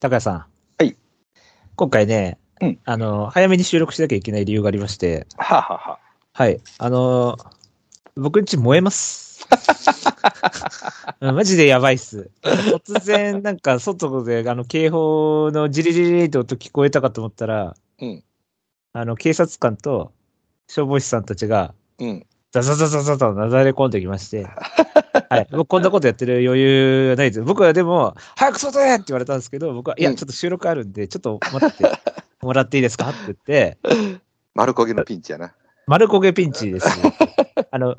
高谷さん。はい。今回ね、うんあの、早めに収録しなきゃいけない理由がありまして、はあはあはあはい。あの、僕んち燃え ます。うんマジでやばいっす。突然、なんか外で、あの、警報のジリジリって音聞こえたかと思ったら、うんあの、警察官と消防士さんたちが、うん。ザザザザザとなだれ込んできま して、はい、僕こんなことやってる余裕はないです。僕はでも、早く外へって言われたんですけど、僕は、いや、うんちょっと収録あるんで、ちょっと待 っててもらっていいですかって言って、丸焦げのピンチやな。丸焦げピンチですよ。あの、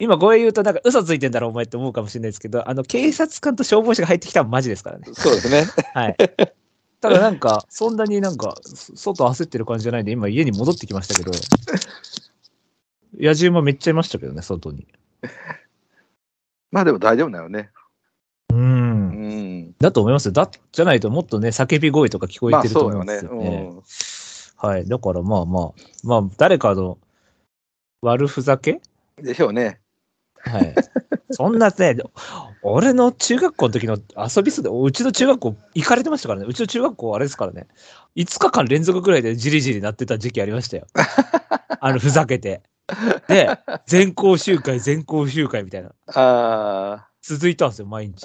今、こう言うと、なんか、嘘ついてんだろ、お前って思うかもしれないですけど、あの、警察官と消防士が入ってきたのマジですからね。そうですね。はい。ただ、なんか、そんなになんか、そ外焦ってる感じじゃないんで、今、家に戻ってきましたけ ど、野獣もめっちゃいましたけどね、外に。 まあでも大丈夫なのね。う。うんん。だと思いますよ。だ、じゃないともっとね、叫び声とか聞こえまあてるとそう思うよんですよね。ね。はい。だからまあまあ、まあ、誰かの悪ふざけうん。でしょうね。 はい。そんなね、俺の中学校の時の遊びすで、うちの中学校行かれてましたからね。うちの中学校あれですからね。5日間連続ぐらいでじりじりなってた時期ありま したよ。あの、ふざけて。で、 全校集会、全校集会みたいな。ああ。続いたんですよ、毎日。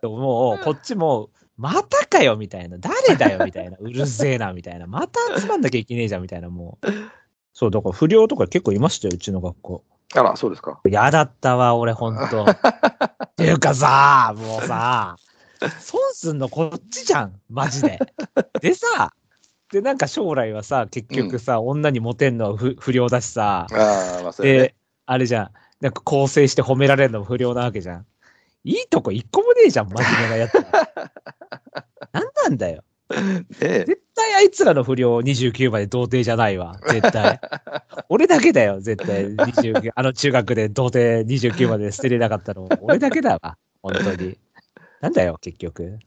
でももう、こっちも、またかよみたいな、誰だよみたいな、うるせえなみたいな、また集まんなきゃいけねえじゃんみたいな、もう。そう、だから不良とか結構いましたよ、うちの学校。あら、そうですか。嫌だったわ、俺、ほんと。っていうかさ、もうさ、損すんのこっちじゃん、マジで。でさ、で、なんか将来はさ、結局さ、女にモテんのは不不良だしさ、ああ、まあそれねで、あれじゃん。なんか構成して褒められるのも不良なわけじゃん。いいとこ一個もねえじゃん、真面目な やつ。なんなんだよ。ね絶対あいつらの不良29まで童貞じゃないわ。絶対。俺だけだよ、絶対。29あの中学で童貞29まで捨てれなかったの。俺だけだわ。本当に。なんだよ、結局。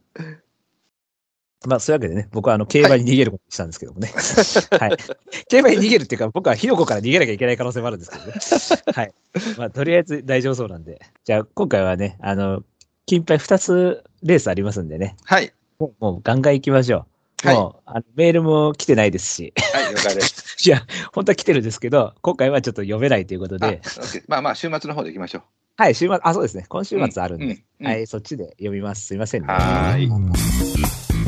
まあ、そういうわけでね、僕はあの、競馬に逃げることにしたんですけどもね。はい。競馬に逃げるっていうか、僕は火の粉から逃げなきゃいけない可能性もあるんですけどね。はい。まあ、とりあえず大丈夫そうなんで。じゃあ、今回はね、あの、金杯2つレースありますんでね。はい。もうもうガンガン行きましょう。はいもうあのメールも来てないですし。 はい、了解です。いや、本当は来てるんですけど、今回はちょっと読めないということあで、 OK まあまあ、週末の方で行きましょはい、週末、あ、そうですね、今週末あるんう。で、うん。うんは。い、そっちで読みます。すいませんね。はーい。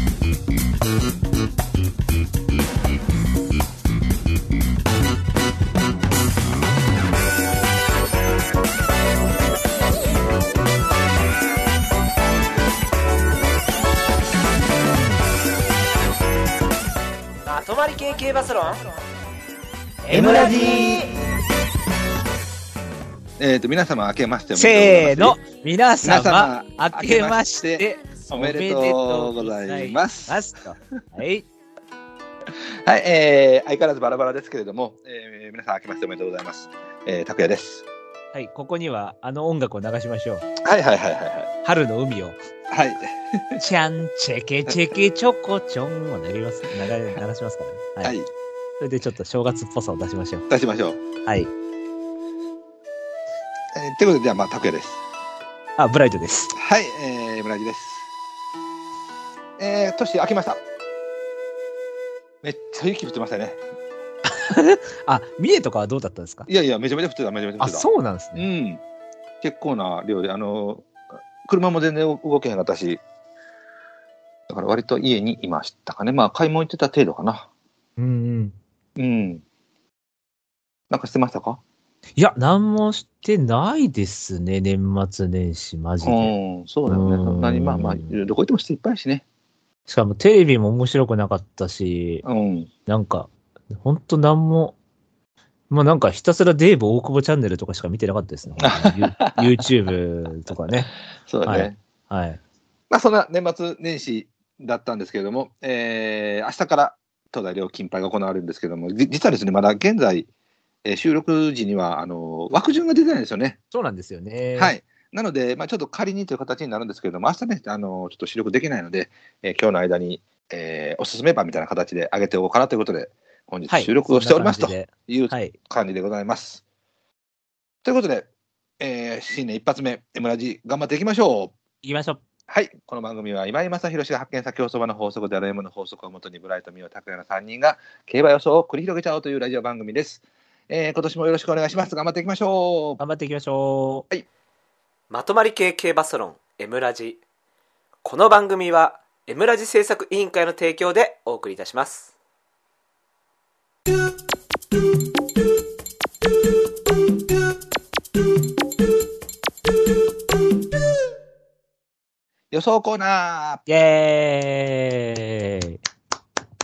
まとまり系系バスロン M ラジえっと、皆様、明けましておめせでーとうのございます、皆様、皆明様けまして、おめでとうございますおめでとうございますとはい、はい、えー、相変わらずバラバラですけれども、えー、皆さん、明けましておめでとうございます。えー、拓也です。はい、ここにはあの音楽を流しましょう。はいはいはいは春の海を。いはい。はい。ちゃん、チェケチェケチョコチョンを鳴ります。流れ、鳴らしますからね。はい。はい。それでちょっと正月っぽさを出しましょう。出しましょう。はい。えー、ということで、じゃあ、まあ、拓也です。あ、ブライトです。はい、えー、村木です。えー、年明けました。めっちゃ雪降ってましたね。あ、三重とかはどうだったんですかいやいや、めちゃめちゃ降ってた、めちゃめちゃ降っあ、てた。そうなんですうね。ん。結構な量で、あの、車も全然動けへんかったし、だから割と家にいましたかね。まあ、買い物行ってた程度かな。うんうん。うん。なんかしてましたかいや、何もしてないですね、年末年始、マジうで。ん、そうだよね。うんそんなに、まあまあ、どこ行っても人いっぱいやしね。しかもテレビも面白くなかったし、うん。なんか、ほんと何も、まあなんかひたすらデーブ大久保チャンネルとかしか見てなかった ですね。ユ YouTube とかね。そうだね。はいはい。まあ、そんな年末年始だったんですけれども、えー、明日から東大料金杯が行われるんですけれども、じ実はですね、まだ現在、えー収録時にはあの枠順が出てないんですよね。そうなんですよね。は。い。なので、まあ、ちょっと仮にという形になるんですけれども、明日ね、あのちょっと収録できないので、えー今日の間に、えーおすすめ版みたいな形で上げておこうかなということで、本は日い、収録をしておりますそとんな感いうじではい。感じでございます。ということで、えー新年一発目、M ラジ頑張っていきましょう。行きましょう。はい。この番組は今井正弘が発見した競走馬の法則である M の法則をもとにブライト、ミオ、拓也の3人が競馬予想を繰り広げちゃおうというラジオ番組です。えー今年もよろしくお願いします。頑張っていきましょう。頑張っていきましょう。まとまり系系バスロン M ラジこの番組は M ラジ制作委員会の提供でお送りいたします予想コーナイエーイー。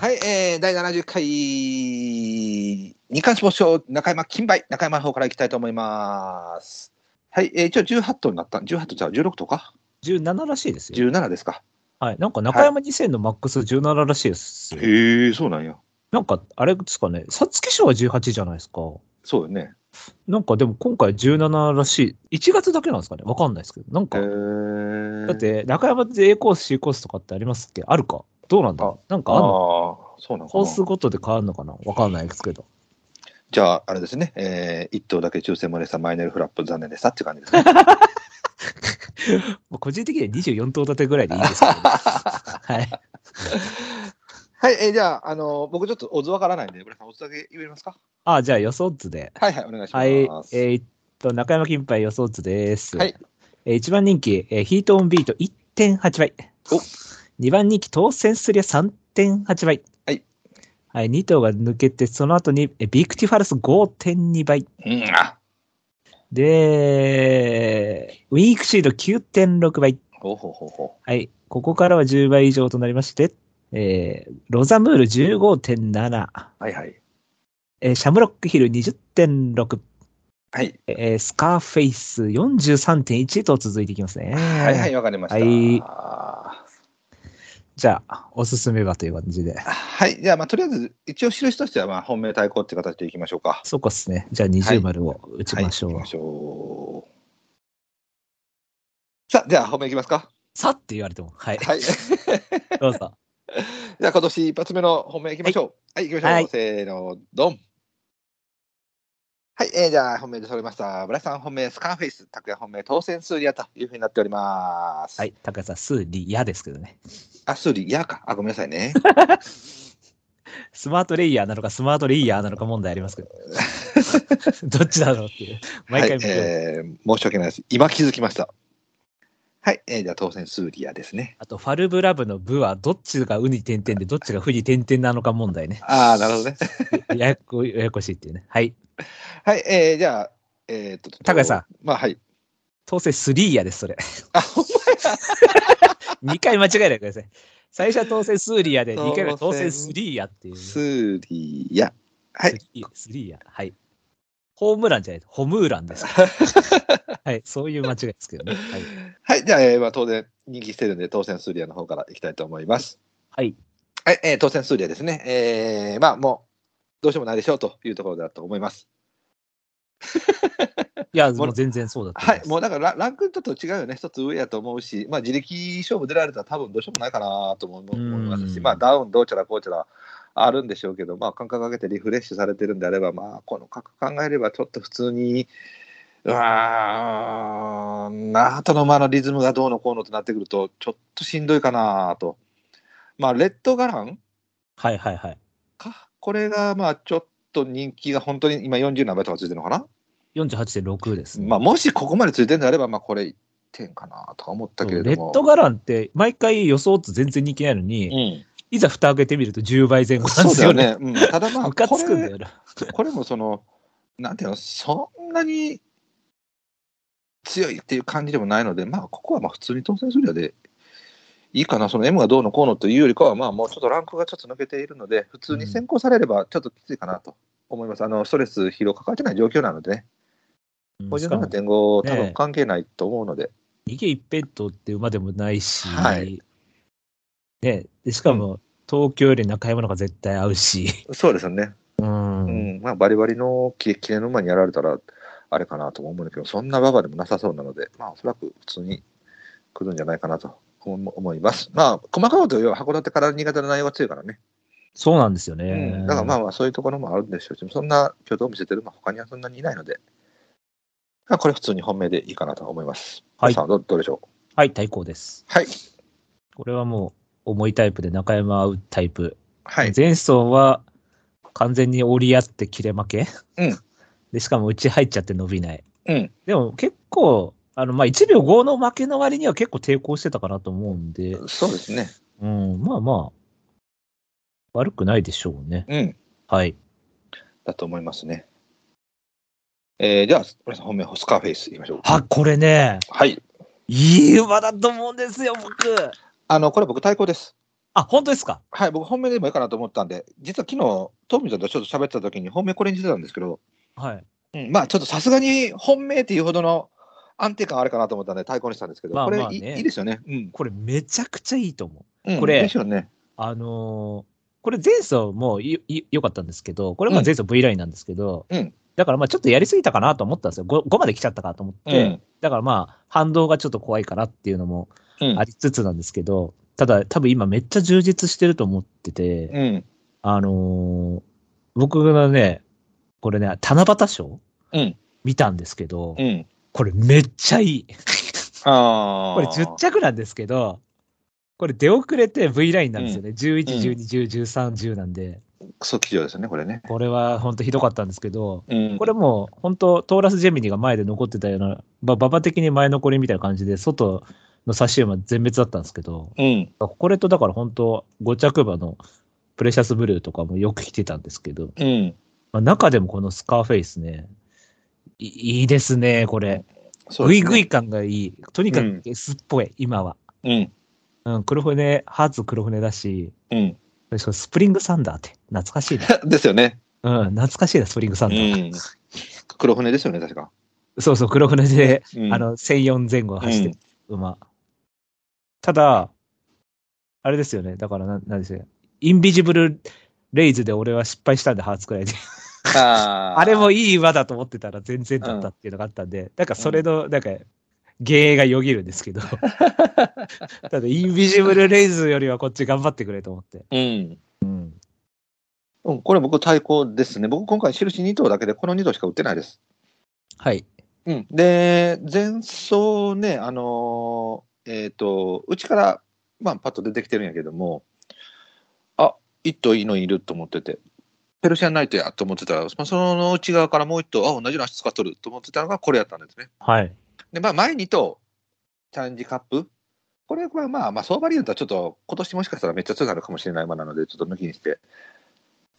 はい。えー、第70回、日刊スポーツ賞、中山金杯、中山の方からいきたいと思います。はい。えー、一応18頭になった。18頭じゃう16頭か !17 らしいですよ。 ?17 ですか。はい。なんか中山2000のマックス17らしいですよ。へえ、そうなんや。なんか、あれですかね、皐月賞は18じゃないですか。そうよね。なんかでも今回17らしい。1月だけなんですかねわかんないですけど。なんへか、ーだっ、て中山で A コース、C コースとかってありますっけあるかどうなんだろうなんかあああんの、そうなのかコなースごとで変わるのかなわかんないですけ ど。じゃあ、あれですね、えー、1頭だけ抽選漏れしたマイネルフラップ残念でしたっていう感じですね。 まあ個人的には24頭立てぐらいでいいです けど、ね。はい。はい、えー、じゃあ、あのー僕ちょっとオズわからないんで、村さん、オズだけ言えますかあ、じゃあ予想図で。はいはい、お願いします。はい。えーっと、中山金杯予想図です。はい。えー、1番人気、えーヒートオンビート1.8倍。お2番人気、当選すりゃ3.8倍。はい。はい、2頭が抜けて、その後に、えービクティファルス5.2倍。うん、あで、ウィークシード9.6倍。ほうほうほうほはい。ここからは10倍以上となりまして、えーロザムール15.7、う。はいはい。えーシャムロックヒル20.6、はい、えースカーフェイス43.1と続いていきますね。はいはい、わかりました。はいあーじゃあ、おすすめはという感じで。はい、じゃあ、まあ、とりあえず、一応、印としては、まあ、本命対抗っていう形でいきましょうか。そうかっすね。じゃあ20丸を打ちましょう。はい、行きましょう。さあ、じゃあ、本命いきますか。さって言われても。はい。はい。どうぞ。じゃあ今年一発目の本命いきましょう。はい、行きましょう。はいせーの、ドン。はい、えー、じゃあ本命で揃いました。村さん本命、スカーフェイス、拓也本命、当選数リアというふうになっております。はい。。高橋さん、数理嫌ですけどね。あ、数リアか。あ、ごめんなさいね。スマートレイヤーなのかスマートレイヤーなのか問題あり ますけど。どっちだろうっていう。 毎回見はい、てる、えー、申し訳ないです。今気づきました。はい、えー、じゃあ当選数リアですね。あと、ファルブラブのブは、どっちがウに点々で、どっちがフに点々なのか問題ね。ああ、なるほどね。ややこややこしいっていうね。はい。はい、えー、じゃあ、えー、っと、拓也さん。まあ、はい。当選スリーやです、それ。あ、ほん2回間違えないでください。最初は当選スーリーやで、2回目は当当選選スリーやっていうま、ね。数リア。はい。スリースリーや。はい。ホームランじゃない、ホムーランです。はい。そういう間違いですけどね。はい。はい、じゃあ、えーまあ、当然、人気してるんで、当選数リアの方からいきたいと思います。はい。はい、えー当選数理はですね、えーまあ、もう、どうしようもないでしょうというところだと思います。いや、もう全然そうだと思はいまい、すもうだからラ、ランクちょっと違うよね、一つ上やと思うし、まあ、自力勝負出られたら、多分どうしようもないかなとも思うん思いますし、まあ、ダウン、どうちゃらこうちゃらあるんでしょうけど、まあ、感覚上げてリフレッシュされてるんであれば、まあ、この格考えれば、ちょっと普通に、うわー、あとの間のリズムがどうのこうのとなってくると、ちょっとしんどいかなと。まあ、レッドガランはいはいはい。か。これが、まあ、ちょっと人気が本当に今40何倍とかついてるのかな、 48.6ですね。まあ、もしここまでついてるんであれば、まあ、これ1点かなとか思ったけれどレも。ッドガランって、毎回予想図全然人気ないのに、うん、いざ蓋開けてみると10倍前後なんでそうすだよよね。ね。うん、ただまあ、ムカこつくんだれよな。これもその、なんていうの、そんなに強いっていう感じでもないので、まあ、ここはまあ普通に当選するやでいいかな、その M がどうのこうのというよりかは、まあ、もうちょっとランクがちょっと抜けているので、普通に先行されればちょっときついかなと思います。あのストレス、疲労抱えてない状況なのでね。うんしかも57.5、多ね分関係ないと思うので、逃げ一辺倒って馬でもないし、はいね、でしかも、東京より中山の方が絶対合うし、そうですよね、うんうんまあ、バリバリのキレキレの馬にやられたら、あれかなとも思うんだけど、そんな馬場でもなさそうなので、まあ、おそらく普通に来るんじゃないかなと思思います。まあ、細かいこと言えば函館から新潟の内容が強いからね、そうなんですようね。ん、だからまあまあ、そういうところもあるんでしょうし、そんな挙動を見せてる馬、他にはそんなにいないので、まあこれ、普通に本命でいいかなと思います。はいさあどう、どうでしょう。はい、対抗です。はい。これはもう、重いタイプで中山は合うタイプ。はい。前走は、完全に折り合って切れ負け。うん で、しかも内入っちゃって伸びない。うん。でも結構、あの、まあ、1秒5の負けの割には結構抵抗してたかなと思うんで、そうですね。うん、まあまあ、悪くないでしょうね。うん。はい。だと思いますね。えー、じゃあ、これ本命、スカーフェイスいきましょう。あ、これね、はい。いい馬だと思うんですよ、僕。あの、これ僕、対抗です。あ、本当ですかはい、僕、本命でもいいかなと思ったんで、実は昨日、トミーさんとちょっと喋ってた時に、本命これにしてたんですけど、はい。うん、まあ、ちょっとさすがに本命っていうほどの安定感あるかなと思ったんで、対抗にしたんですけど、まあこれ、まあねいいいいですよね。うん。これめちゃくちゃいいと思う。うんこれですよね。あのーこれ前走もいい良かったんですけど、これはまあ前走 V ラインなんですけど、うんだからまあちょっとやりすぎたかなと思ったんですよ。5, 5まで来ちゃったかと思って、うんだからまあ反動がちょっと怖いかなっていうのもうんありつつなんですけど、ただ多分今めっちゃ充実してると思ってて、うん。あのー僕がね、これね、七夕賞うん。見たんですけど、うん。これめっちゃいい。ああ。これ10着なんですけど、これ出遅れて V ラインなんですよね。11、12、10、13、10なんで。クソ基準ですよね、これね。これは本当ひどかったんですけど、うん。これもう本当トーラスジェミニが前で残ってたような、ば馬場的に前残りみたいな感じで、外の差し馬全滅だったんですけど、うん。これとだから本当5着馬のプレシャスブルーとかもよく来てたんですけど、うん。まあ、中でもこのスカーフェイスね、いいいですね、これ。そうグですイねグイ感がいい。とにかうんく S っぽい、今は。うん。うん、黒船、ハーツ黒船だし、うん。 しかもスプリングサンダーって、懐かしいな。ですよね。うん、懐かしいな、スプリングサうンダー。ん。黒船ですよね、確か。そうそう、黒船でうんあ、の、1004前後走ってる馬。ただ、あれですよね。だからな、なんですよ。インビジブルレイズで俺は失敗したんで、ハーツくらいで。あー あれもいい馬だと思ってたら全然だったっていうのがあったんで、なんかそれの、なんか、原因がよぎるんですけど。ただ、インビジブルレイズよりはこっち頑張ってくれと思って。うん。うん。うん、これ僕対抗ですね。僕今回印2頭だけでこの2頭しか売ってないです。はい。うん。で、前走ね、あのーえっ、と、うちから、まあ、パッと出てきてるんやけども、あ、1頭いいのいると思ってて、ペルシアンナイトやと思ってたら、まあ、その内側からもう1頭、あ、同じの足使っとると思ってたのがこれやったんですね。はい。で、まあ、前2頭、チャレンジカップ。これはまあ、まあ、相場理由とはちょっと、今年もしかしたらめっちゃ強くなるかもしれない馬なので、ちょっと抜きにして。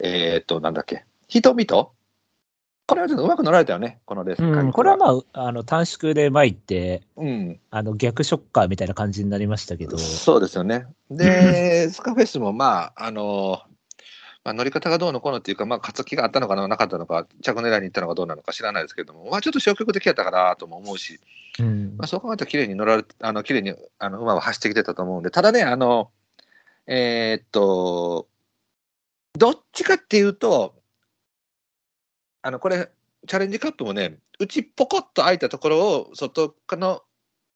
えっ、と、なんだっけ。瞳とこれはちょっとうまく乗られたよね、このレースに関してうん、これはまあ、あの、短縮で前行って、うん、あの、逆ショッカーみたいな感じになりましたけど。そうですよね。 で、スカフェスもまあ、あのまあ、乗り方がどうのこうのっていうか、まあ、活気があったのかな、なかったのか、着狙いに行ったのかどうなのか知らないですけども、まあ、ちょっと消極的やったかなとも思うし、うんまあ、そう考えたら綺麗に乗られて、あの綺麗にあの馬は走ってきてたと思うんで、ただね、あのえーっと、どっちかっていうと、あのこれ、チャレンジカップもね、内ポコッと開いたところを外の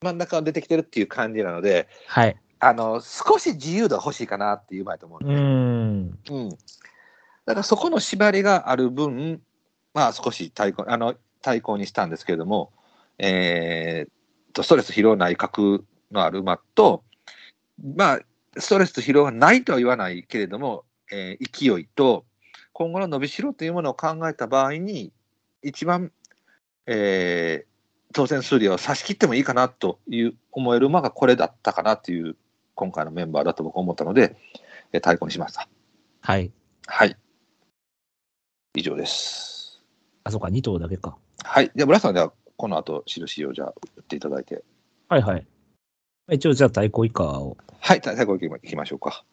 真ん中を出てきてるっていう感じなので、はい。あの少し自由度が欲しいかなっていう馬やと思うのうん。で、うん、だからそこの縛りがある分、まあ、少し対抗あの対抗にしたんですけれども、えーっとストレス疲労ない格のある馬と、まあ、ストレスと疲労はないとは言わないけれども、えー勢いと今後の伸びしろというものを考えた場合に一番、えー当選数量を差し切ってもいいかなという思える馬がこれだったかなという今回のメンバーだと僕は思ったので、えー対抗にしました。はい。はい。以上です。あ、そうか、2頭だけか。はい。じゃあ、村さんでは、この後、印をじゃあ、打っていただいて。はいはい。一応、じゃあ、対抗以下を。はい。た太鼓いきましょうか。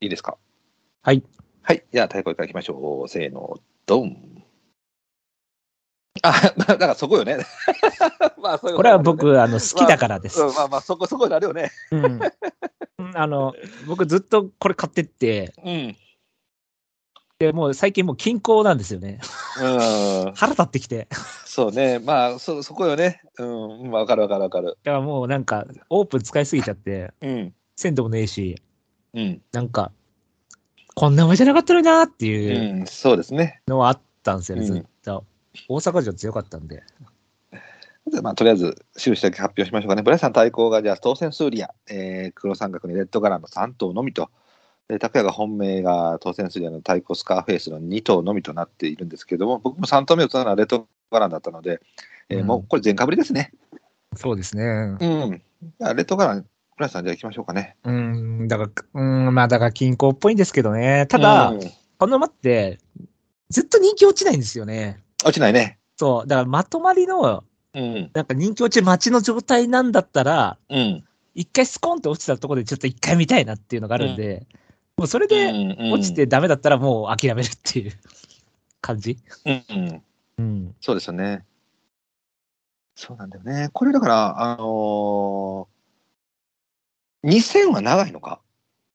いいですかはい。はい。じゃあ、太鼓いきましょう。せーの、ドン。あ、まあ、 だからそこよね。まあ、そういうこれはで僕、あの、好きだからですすね、。うんまあまあ、そこ、そこになるよね。 うん。あの、僕ずっとこれ買ってって、うん。で、もう最近もう均衡なんですよ ね。うん。腹立ってきて。そうね。まあ、そ、そこよね。うん。わかるわかるわかる。だからもうなんか、オープン使いすぎちゃって、うん。鮮度もねえし、うん。なんか、こんな馬じゃなかったのになってう。いうんそうですね。のはあったんですよね、うんずっと。大阪城強かったんで。じゃあまあ、とりあえず、終始だけ発表しましょうかね。ブライさん対抗が、じゃあ、当選数理ア、えー黒三角にレッド柄の3頭のみと、で拓也が本命が当選数理アの対抗スカーフェイスの2頭のみとなっているんですけれども、僕も3頭目を打つのはレッド柄だったので、えーうんもうこれ全かぶりですね。そうですね。うん。じゃあ、レッド柄、ブライさん、じゃあ行きましょうかね。うん、だから、うん、まあだから均衡っぽいんですけどね。ただ、うんこの馬って、ずっと人気落ちないんですよね。落ちないね。そう。だからまとまりの、うん。なんか人気落ち待ちの状態なんだったら、うん。一回スコンって落ちたところでちょっと一回見たいなっていうのがあるんで、もうそれでうん落ちて、ダメだったらもう諦めるっていう感じ。うんうん。うん。そうですよね。そうなんだよね。これだから、あのー、2000は長いのか。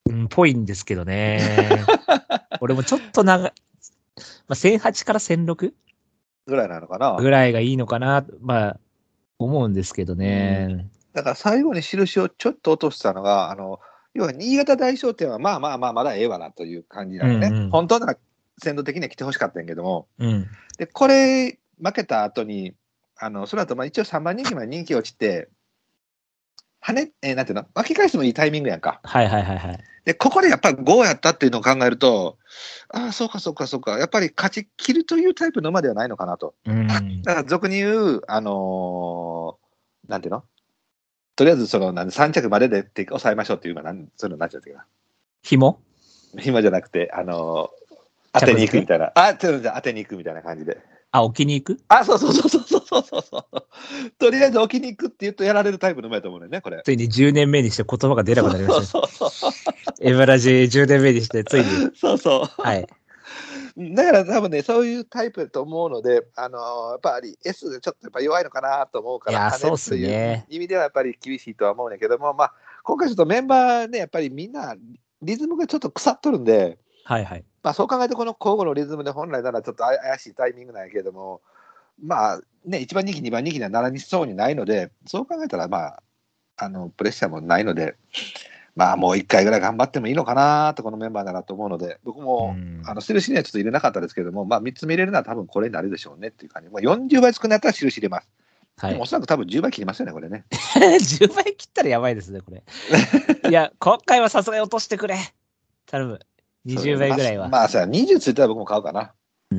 うん、ぽいんですけど ね。俺もちょっと長い。まあ、1008から 1006? ぐらいなのかな。ぐらいがいいのかな、まあ、思うんですけどね。だから最後に印をちょっと落としたのが、あの要は新潟大商店はまあまあまあまだええわなという感じなのね。うんうん本当なら先導的には来てほしかったんやけども。うん。で、これ、負けた後に、あの、その後、まあ一応3番人気まで人気落ちて、跳ね、えーなんていうの巻き返すのいいタイミングやんか。はいはいはいはい。で、ここでやっぱり5やったっていうのを考えると、ああ、そうかそうかそうか、やっぱり勝ち切るというタイプの馬ではないのかなと。うん。だから俗に言う、あのーなんていうのとりあえずその、なん3着まででって抑えましょうっていう馬、なんそういうのになっちゃうっていうか紐な。暇じゃなくて、あのー当てに行くみたいな。あ、そうじゃ当てに行くみたいな感じで。あ、置きに行くあ、そうそうそうそうそうそうそう。とりあえず置きに行くって言うとやられるタイプの馬やと思うねんね、これ。ついに10年目にして言葉が出なくなりま したね。 そうそうそうエムラジ10年目にして、ついに。そうそ う。はい。だから多分ね、そういうタイプだと思うので、あのーやっぱり S がちょっとやっぱ弱いのかなと思うかいやーら、跳ねるそうっすねという意味ではやっぱり厳しいとは思うんだけども、まあ、今回ちょっとメンバーね、やっぱりみんなリズムがちょっと腐っとるんで、はいはい。まあ、そう考えてこの交互のリズムで本来ならちょっとあや怪しいタイミングなんやけども、まあね、1番人気、2番人気にはならにそうにないので、そう考えたら、まあ、あのプレッシャーもないので、まあもう1回ぐらい頑張ってもいいのかなと、このメンバーならと思うので、僕も。うんあの印にはちょっと入れなかったですけども、まあ、3つ目入れるのは多分これになるでしょうねっていう感じ、まあ、40倍少ないったら印入れます。はでもいお。そらく多分10倍切りますよね、これね。 10倍切ったらやばいですね、こ れ。いや、今回はさすがに落としてくれ。頼む。20倍ぐらいは。まあ、まあ、さ20ついたら僕も買うかな。うん。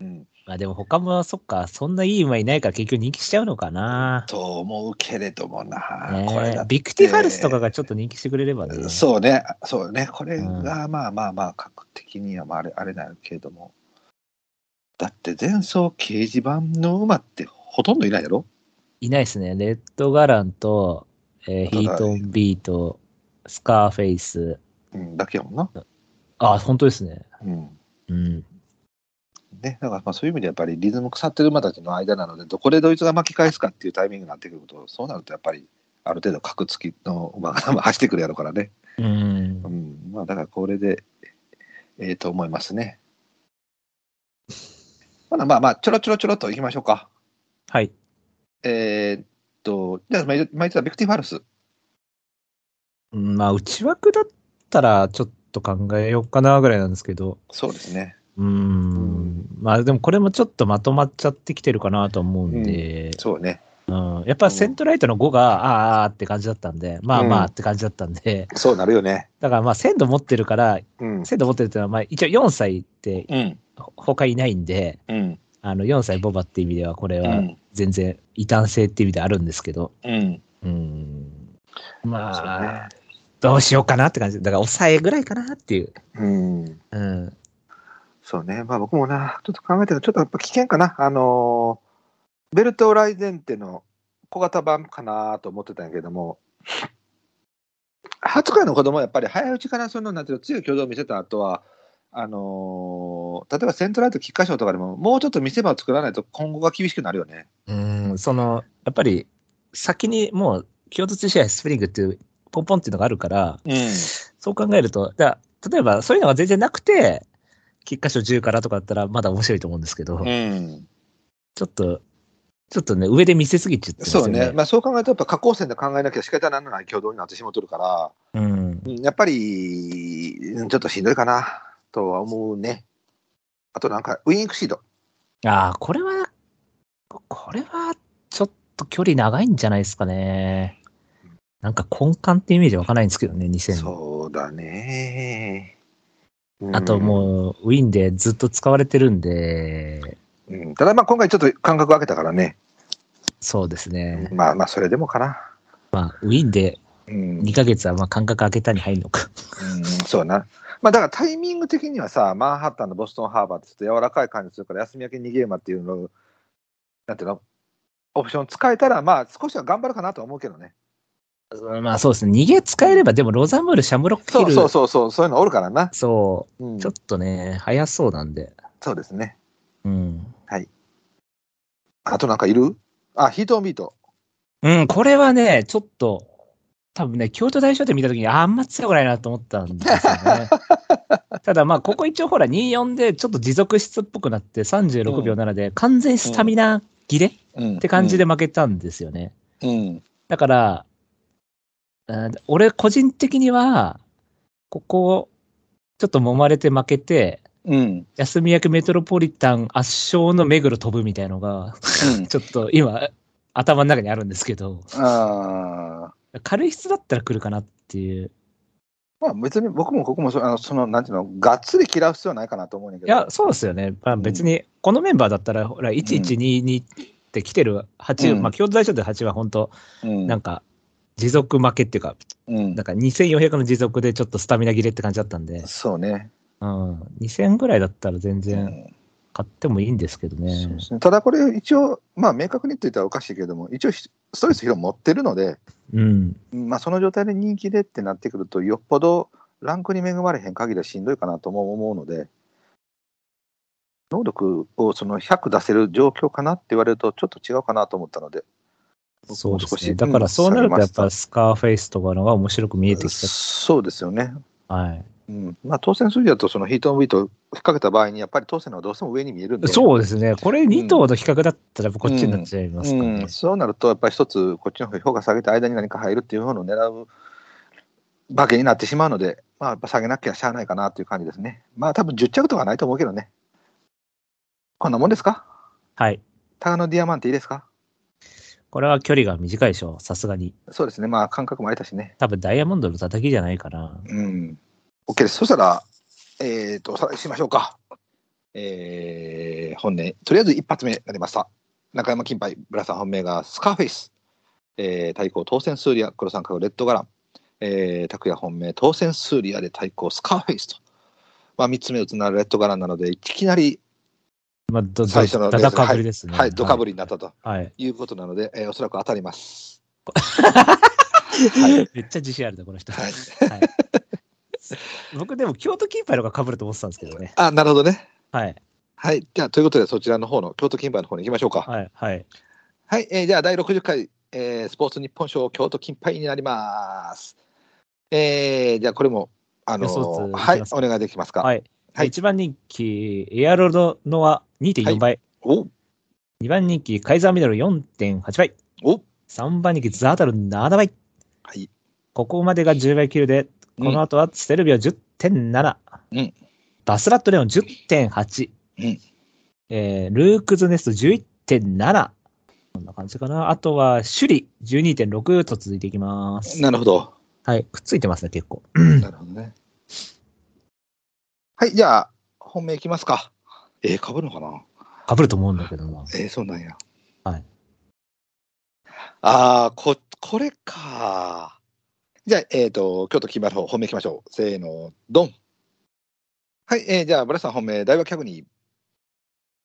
うん、まあでも他も、そっか、そんないい馬いないから結局人気しちゃうのかな。と思うけれどもな、ねえこれだビクティファルスとかがちょっと人気してくれればね。そうね、そうね、これがまあまあまあ、格的にはまああれあれなんやけれども、だって前走掲示板の馬ってほとんどいないやろいないですね。レッドガランと、えーそうヒだねートンビート、スカーフェイス。うん、だけやもんな。あ、本当ですね。うんうん。ね、だからまあそういう意味でやっぱりリズム腐ってる馬たちの間なのでどこでドイツが巻き返すかっていうタイミングになってくるとそうなるとやっぱりある程度格付きの馬が まあ走ってくるやろうからね、うんう。んまあ、だからこれでええと思いますね。まあまあまあちょろちょろちょろっといきましょうか。はい。えーっとじゃあまあ今言ってたビクティファルス。うんまあ、内枠だったら、ちょっと考えようかな、ぐらいなんですけど。そうですね。うーん。まあ、でもこれもちょっとまとまっちゃってきてるかなと思うんで、そうね。うん。やっぱセントライトの5が、あーあーって感じだったんで、まあまあって感じだったんで、 そうなるよね。だからまあ、鮮度持ってるから、うん。鮮度持ってるっていうのは、まあ、一応4歳ってうん。ほ他いないんで、うん。あの4歳ボバっていう意味ではこれうはん。全然異端性っていう意味であるんですけど、うん。うん、そうまねあ、どうしようかなって感じだから抑えぐらいかなっていう、うん。うん、そうね、まあ僕もな、ちょっと考えてるのちょっとやっぱ危険かな。あのーベルト・ライゼンテの小型版かなと思ってたんやけども、初回の子供はやっぱり早いうちからそのなんていうの強い挙動を見せた後は、あのー例えばセントライト菊花賞とかでも、もうちょっと見せ場を作らないと今後が厳しくなるよね。うん、そのやっぱり先にもう共通試合スプリングっていうポンポンっていうのがあるからうん、そう考えるとだから例えばそういうのが全然なくて菊花賞10からとかだったらまだ面白いと思うんですけど、うん、ちょっとちょっとね上で見せすぎちゃってますそようねね、まあ、そう考えると、やっぱ下降線で考えなきゃ仕方のない挙動になってしまうとるから、うんうんやっぱり、うんちょっとしんどいかなとは思うね。あとなんか、ウインクシード。ああ、これは、これは、ちょっと距離長いんじゃないですかね。なんか根幹ってイメージわかんないんですけどね、2000の。そうだね。あとうもう、ウィンでずっと使われてるんで、ん、うんただまあ今回ちょっと間隔を空けたからね。そうですね。まあまあ、それでもかな。まあ、ウィンでうん、 2ヶ月はまあ間隔空けたに入るのか。うん、そうやな。まあだからタイミング的にはさ、マンハッタンのボストンハーバーってちょっと柔らかい感じするから、休み明け2ゲーマーっていうのを、なんていうの、オプション使えたら、まあ少しは頑張るかなとは思うけどね。まあそうですね。逃げ使えれば、でもロザムール、シャムロックそヒうル。そうそうそう、そういうのおるからな。そううんちょっとね、早そうなんで。そうですね。うん。あとなんかいるあ、ヒートオンビート。うん、これはね、ちょっと、多分ね、京都大賞で見たときに、ああんま強くないなと思ったんですよね。 ただまあ、ここ一応ほら、24でちょっと持続質っぽくなって、36秒7で、完全スタミナ切れ、っうん、って感じで負けたんですよね。うん。だから、うん俺個人的には、ここ、ちょっと揉まれて負けて、うん。うん。休み明けメトロポリタン圧勝の目黒飛ぶみたいのが、 ちょっと今、頭の中にあるんですけど、ああ。軽い質だったら来るかなっていう。まあ別に僕もここもそあの、その、なんていうの、がっつり嫌う必要はないかなと思うんだけいど。や、そうですよね。まあ、別に、このメンバーだったら、ほら、1122って来てる8、うんまあ、京都大賞で8は本当、うん、なんか、持続負けっていうか、うんなんか2400の持続でちょっとスタミナ切れって感じだったんで、そうね。うん、2000ぐらいだったら全う然ん買ってもいいんですけどそうねで。すねただこれ、一応、まあ、明確にって言ったらおかしいけども、一応、ひストレス疲労持ってるので、うん。まあ、その状態で人気でってなってくると、よっぽどランクに恵まれへん限りはしんどいかなとも思うので、能力をその100出せる状況かなって言われると、ちょっと違うかなと思ったので、僕そうもで少すしね。だからそうなるとやっうぱんスカーフェイスとかのが面白く見えてきそうですよね。た。はい。うんまあ、当選数字だと、そのヒートオンウィートを引っ掛けた場合に、やっぱり当選の方がどうしても上に見えるんで、そうですね。これ2頭の比較だったらこっちになっちゃいますからね。うん、そうなると、やっぱり一つ、こっちの方が評価下げて、間に何か入るっていう方の狙う馬券になってしまうので、まあ、やっぱ下げなきゃしゃあないかなという感じですね。まあ、多分10着とかはないと思うけどね。こんなもんですかはい。タガのディアマンテいいですかこれは距離が短いでしょう。さすがに。そうですね、まあ、感覚もあれたしね。多分ダイヤモンドの叩きじゃないかな。うん。OK です。そしたら、えっと、おさらいしましょうか。えー本年、とりあえず一発目になりました。中山金杯、ブラさん本命がスカーフェイス。えー対抗当選スーリア、黒三角レッドガラン。えー、拓也本命、当選スーリアで対抗スカーフェイスと。まあ、3つ目打つのはレッドガランなので、いきなり、まあ、ど、ど、最初のレースダダかぶりですね。はい、ドカぶりになったとはい。はい。いうことなので、えーおそらく当たります。めっちゃ自信あるな、この人。はいはい僕でも京都キーパーの方が被ると思ってたんですけどね。あ、なるほどね。はい。はい。じゃあ、ということで、そちらの方の、京都金杯の方に行きましょうか。はい。はい。はい、えーじゃあ第60回、えースポーツ日本賞京都金杯になります。えーじゃあこれも、あの予想ー図はいきま、すかお願いできますか。はい。はい1番人気、エアロドノア2.4倍。お2番人気、カイザーミドル4.8倍。お3番人気、ザータル7倍。はい。ここまでが10倍級で、うんこの後はステルビオ10.7。うんバスラットレオン10.8。うんえールークズネスト11.7。こんな感じかな。あとは、シュリ12.6と続いていきます。なるほど。はい。くっついてますね、結構。なるほどね。はい、じゃあ本命いきますか。えー、かぶるのかなかぶると思うんだけどな。えー、そうなんや。はい。あー、こ、これか。じゃあ、えっ、と、京都金杯の方、本命いきましょう。せーの、ドン。はい、えー、じゃあ、ブラスさん本命、大和客に、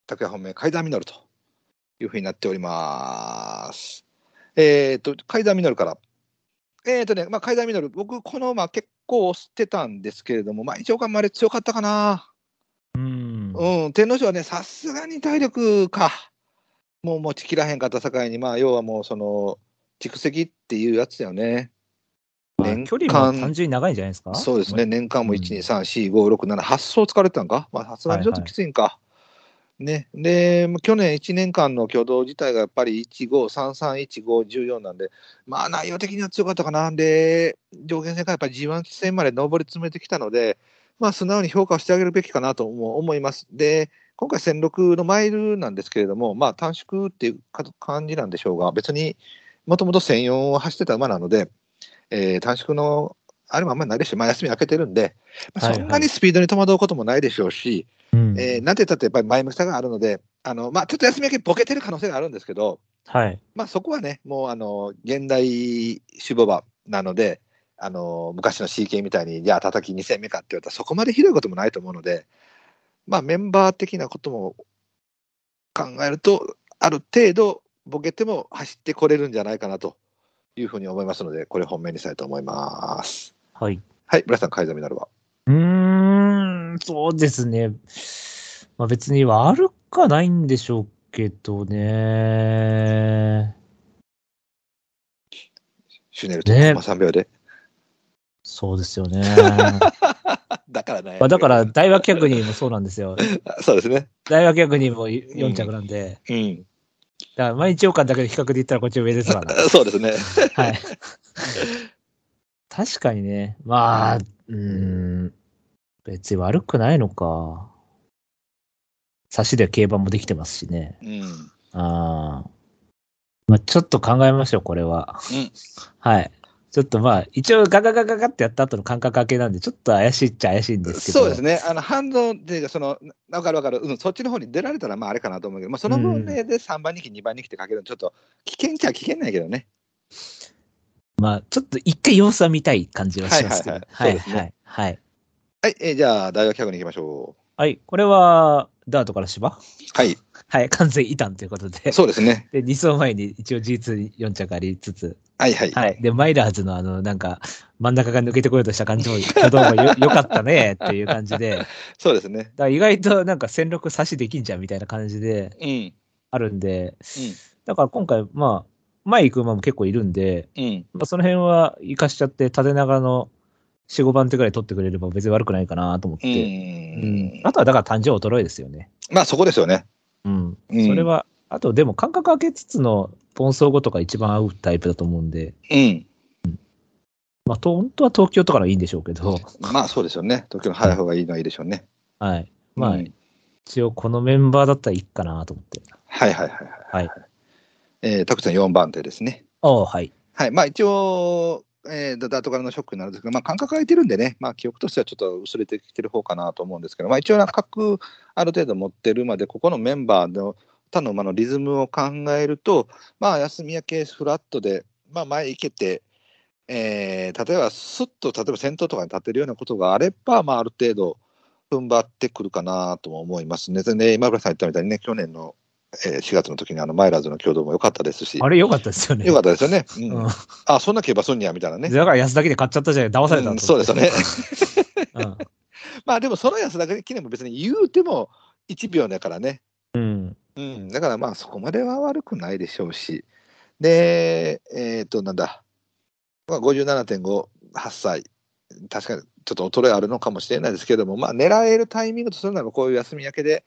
拓也本命、カイダーミノルというふうになっております。えっ、と、カイダーミノルから。えっ、とね、まあ、カイダーミノル、僕、この馬結構押してたんですけれども、まあ、一応頑張れ強かったかな。うん。うん、天皇賞はね、さすがに体力か、もう持ちきらへんかった境に、まあ、要はもう、その、蓄積っていうやつだよね。まあ年距離も単間、純に長いんじゃないですかそうですね、。年間も1、うん2、3、4、5、6、7、8走使われてたんか、まあ、さすがにちょっときついんか。ね、で、去年1年間の挙動自体がやっぱり1、5、3、3、1、5、14なんで、まあ、内容的には強かったかな。で、上限戦からやっぱり G1 戦まで上り詰めてきたので、まあ、素直に評価をしてあげるべきかなとも思います。で、今回、1006のマイルなんですけれども、まあ、短縮っていうか感じなんでしょうが、別にもともと1004を走ってた馬なので、えー短縮のあれもあんまりないですし、まあ、休み明けてるんで、まはあ、いはいそんなにスピードに戸惑うこともないでしょうし、うんえーなんて言ったってやっぱり前向きさがあるので、あのまあ、ちょっと休み明けボケてる可能性があるんですけど、はい。まあ、そこはね、もうあの現代守護馬なので、あの昔の CK みたいに、じゃあ、叩き2戦目かって言われたら、そこまでひどいこともないと思うので、まあ、メンバー的なことも考えると、ある程度、ボケても走ってこれるんじゃないかなというふうに思いますので、これ、本命にしたいと思います。はい。はい、村瀬さん、改ざみになるわ。うーん、そうですね。まあ別に悪くはないんでしょうけどね。シュネルねえと、まあ、3秒で。そうですよね。 だからね。まあだか、ら、大和客にもそうなんですよ。 そうですね。大和客にも4着なんで。うんだから、毎日王冠だけで比較で言ったらこっち上ですわな。そうですね。はい。確かにね。まあ、うーん。別に悪くないのか。差しで競馬もできてますしね。うん。ああ。まあ、ちょっと考えましょう、これは。うんはい。ちょっとまあ、一応ガガガガガってやった後の感覚明けなんで、ちょっと怪しいっちゃ怪しいんですけど。そうですね。あの、ハンドっていうか、その、わかるわかる、うん、そっちの方に出られたら、まあ、あれかなと思うけど、まあ、その分ね、で3番人気、2番人気ってかけるの、ちょっと、危険っちゃ危険ないけどね。まあ、ちょっと一回様子は見たい感じはしますけど。はいはいはいそうですねはい。はい。はい、えーじゃあ、大学客に行きましょはい。これは、ダートから芝う。はい、はい。完全異端ということで。そうですね。で、2走前に一応 G24 着ありつつ。はいはい。はい。で、マイラーズのあの、なんか、真ん中が抜けてこようとした感じも、挙動もよよかったねっていう感じで。だかそうですね。ら意外となんか戦力差しできんじゃんみたいな感じで。うん。あるんで、だから今回、まあ、前行く馬も結構いるんで、うん。うん。まあ、その辺は生かしちゃって、縦長の4、5番手ぐらい取ってくれれば別に悪くないかなと思っうて。うんん。あとはだから単純衰えですよね。まあ、そこですよね。うん。うんそれ。は、あとでも間隔空けつつの、ポンソー語とか一番合うタイプだと思うんで、うん。まあ、と本当は東京とかのいいんでしょうけど、まあ、そうですよね。東京の早い方がいいのはいいでしょうね。はい。まあう、ん一応このメンバーだったらいいかなと思って。はいはいはいはい。はい。えー、徳ちゃん4番手ですね。ああ、はい。はい、まあ一応、えー、ダダートからのショックになるんですけど、まあ、感覚空いてるんでね、まあ、記憶としてはちょっと薄れてきてる方かなと思うんですけど、まあ、一応、各ある程度持ってるまで、ここのメンバーの他の馬のリズムを考えると、まあ、休み明けフラットで、まあ、前行けて、えー例えばすっと、例えば先頭とかに立てるようなことがあれば、まあ、ある程度、踏ん張ってくるかなとも思いますね。でね、今村さん言ったみたいにね、去年の、えー4月の時にあのマイラーズの共同も良かったですし、あれ良かったですよね。よかったですよね。うんうんあ、そんな競馬すんにやみたいなね。だから安だけで買っちゃったじゃない、騙されたと思うっんてそうですよね。。 うんまあでも、その安だけ記念も別に言うても1秒だからね。うん。うん、だからまあそこまでは悪くないでしょうし。で、えっ、と、なんだ、まあ、57.5、8歳、確かにちょっと衰えあるのかもしれないですけども、まあ狙えるタイミングとするならこういう休み明けで、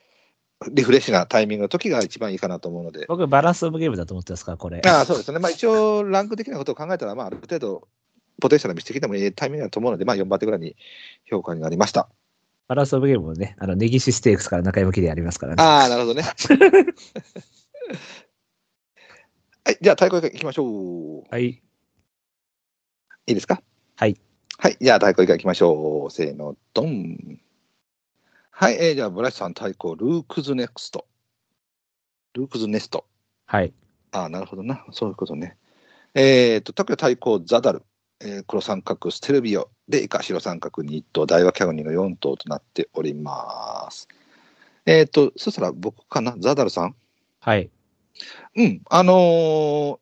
リフレッシュなタイミングの時が一番いいかなと思うので。僕、バランスオブゲームだと思ってますから、これ。ああそうですね、まあ、一応、ランク的なことを考えたら、まあ、ある程度、ポテンシャル見せてきてもいいタイミングだと思うので、まあ、4番手ぐらいに評価になりました。バランスオブゲームもね、あの、ネギシステークスから中山きでやりますからね。ああ、なるほどね。 はい、じゃあ、太鼓以下いきましょう。はい。いいですかはい。はい、じゃあ、太鼓以下いきましょう。せーの、ドン。はい、えーじゃあ、ブラシさん、太鼓、ルークズネクスト。ルークズネスト。はい。ああ、なるほどな。そういうことね。えっ、と、拓也対抗ザダル、えー黒三角ステルビオ、で、以下白三角2頭、大和キャゴニーの4頭となっております。えっ、と、そしたら僕かな、ザダルさん。はい。うん、あのー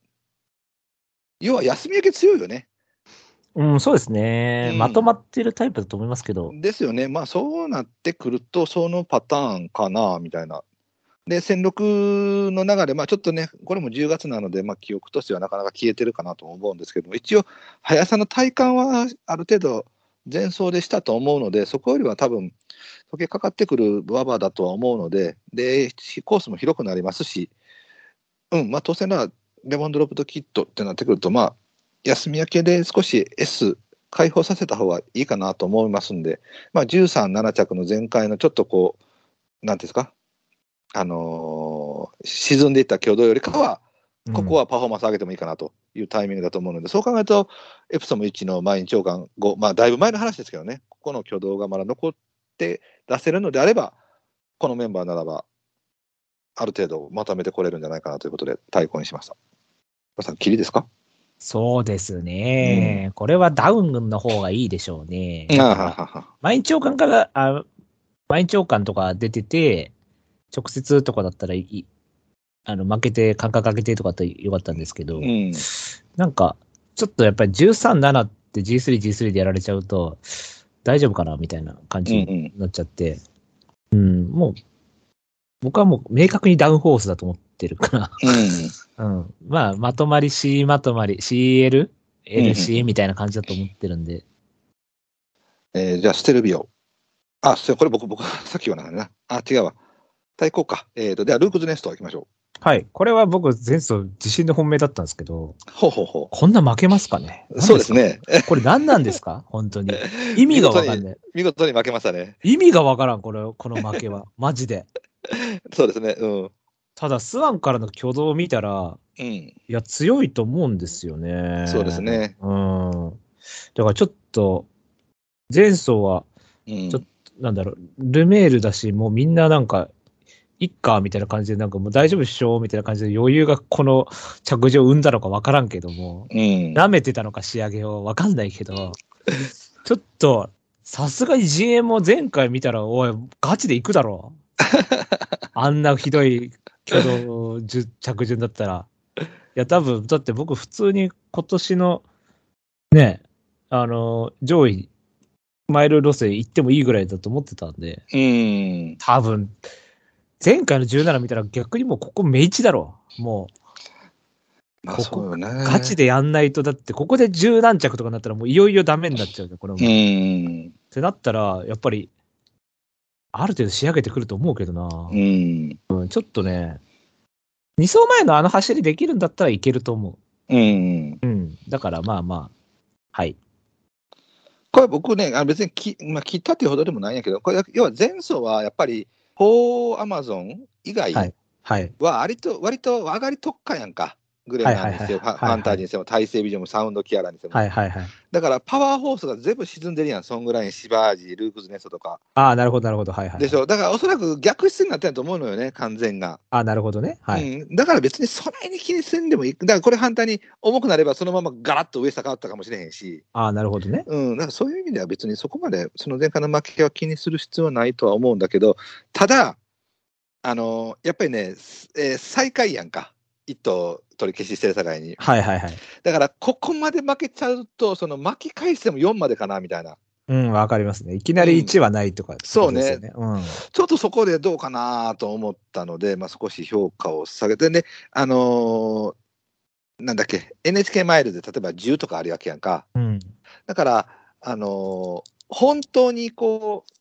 要は休み明け強いよね。うん、そうですね、うんまとまってるタイプだと思いますけど。ですよね。まあ、そうなってくると、そのパターンかな、みたいな。で、戦力の流れ、まあ、ちょっとね、これも10月なので、まあ、記憶としてはなかなか消えてるかなと思うんですけども、一応、速さの体感はある程度、前走でしたと思うので、そこよりは多分、時計かかってくる馬場だとは思うので、で、コースも広くなりますし、うん、まあ、当然なら、レモンドロップドキットってなってくると、まあ、休み明けで少し S、解放させた方がいいかなと思いますんで、まあ、13、7着の前回のちょっとこう、なんていうんですか、あのー沈んでいった挙動よりかは、ここはパフォーマンス上げてもいいかなというタイミングだと思うので、そう考えると、エプソム1の毎日長官5、まあ、だいぶ前の話ですけどね、ここの挙動がまだ残って出せるのであれば、このメンバーならば、ある程度まとめてこれるんじゃないかなということで、対抗にしました。皆さん、キリですかそうですね、これはダウンの方がいいでしょうね。ああははは毎日長官から、あ毎日長官とか出てて、直接とかだったらいい、あの負けて、感覚かけてとかだってよかったんですけど、うんなんか、ちょっとやっぱり13、7って G3、G3 でやられちゃうと、大丈夫かなみたいな感うんじうんなっちゃって、うん、もう、僕はもう明確にダウンフォースだと思ってるから、うんうん。 まあ、まとまり C まとまり CL、うんうん LC みたいな感じだと思ってるんで、えーじゃあ、ステルビオ。あ、そうこれ僕、僕、 さっき言わなかったな。あ、違うわ。対抗か。えーと、では、ルークズネスト行きましょはい。これは僕、前走自信の本命だったんですけど、う。ほうほうほこんな負けますかねう。そうです。ね。何かこれ何なんですか本当に。意味がわかんない。見事に負けましたね。 意味がわからん、これ、この負けは。マジで。そうですね。うん。ただ、スワンからの挙動を見たら、うん。いや、強いと思うんですよね。そうです。ね。うん。だからちょっと、前走は、うんちょっなんだろう、ルメールだし、もうみんななんか、いっか、みたいな感じで、なんかもう大丈夫っしょみたいな感じで余裕がこの着地を生んだのかわからんけども、うん。舐めてたのか仕上げをわかんないけど、ちょっと、さすがに GM も前回見たら、おい、ガチで行くだ ろ。あんなひどい挙動じゅ着順だったら。いや、多分、だって僕普通に今年の、ね、あの、上位、マイル路線行ってもいいぐらいだと思ってたんで、うん。多分、前回の17見たら逆にもうここ目一だろ。もまあ、ここそうよね。う、ガチでやんないと、だってここで十何着とかになったらもういよいよダメになっちゃうね、このう。ん。ってなったら、やっぱり、ある程度仕上げてくると思うけどなう。ん。うん、ちょっとね、2走前のあの走りできるんだったらいけると思うん。う。うん。だからまあまあ、はい。これ僕ね、あ別にき、まあ、切ったっていうほどでもないんやけど、これ、要は前走はやっぱり、フォーアマゾン以外はいはい。は割と、割と上がり特化やんか。グレーなんですはいはよ。いはいはいファファンタジーにしても、体勢ビジョンもサウンドキアラにしても。はいはいはい。だからパワーホースが全部沈んでるやん。ソングライン、シバージ、ルークズネストとか。ああ、なるほどなるほど。はいはい。でしょ。だからおそらく逆質になってると思うのよね、完全が。ああ、なるほどね。はい。うん、だから別にそないに気にせんでもいい。だからこれ反対に重くなればそのままガラッと上下変わったかもしれへんし。ああ、なるほどね。うん。だからそういう意味では別にそこまで、その前回の負けは気にする必要はないとは思うんだけど、ただ、あのやっぱりね、すえー最下位やんか。一頭取り消ししてる境に。はいはいはい。だからここまで負けちゃうと、その巻き返しても4までかな、みたいな。うん、わかりますね。いきなり1はないとか、そうねってことですよね。ちょっとそこでどうかなと思ったので、まあ、少し評価を下げて、ね、あのーなんだっけ、NHK マイルで例えば10とかあるわけやんか。うん。うん。だから、あのー本当にこう、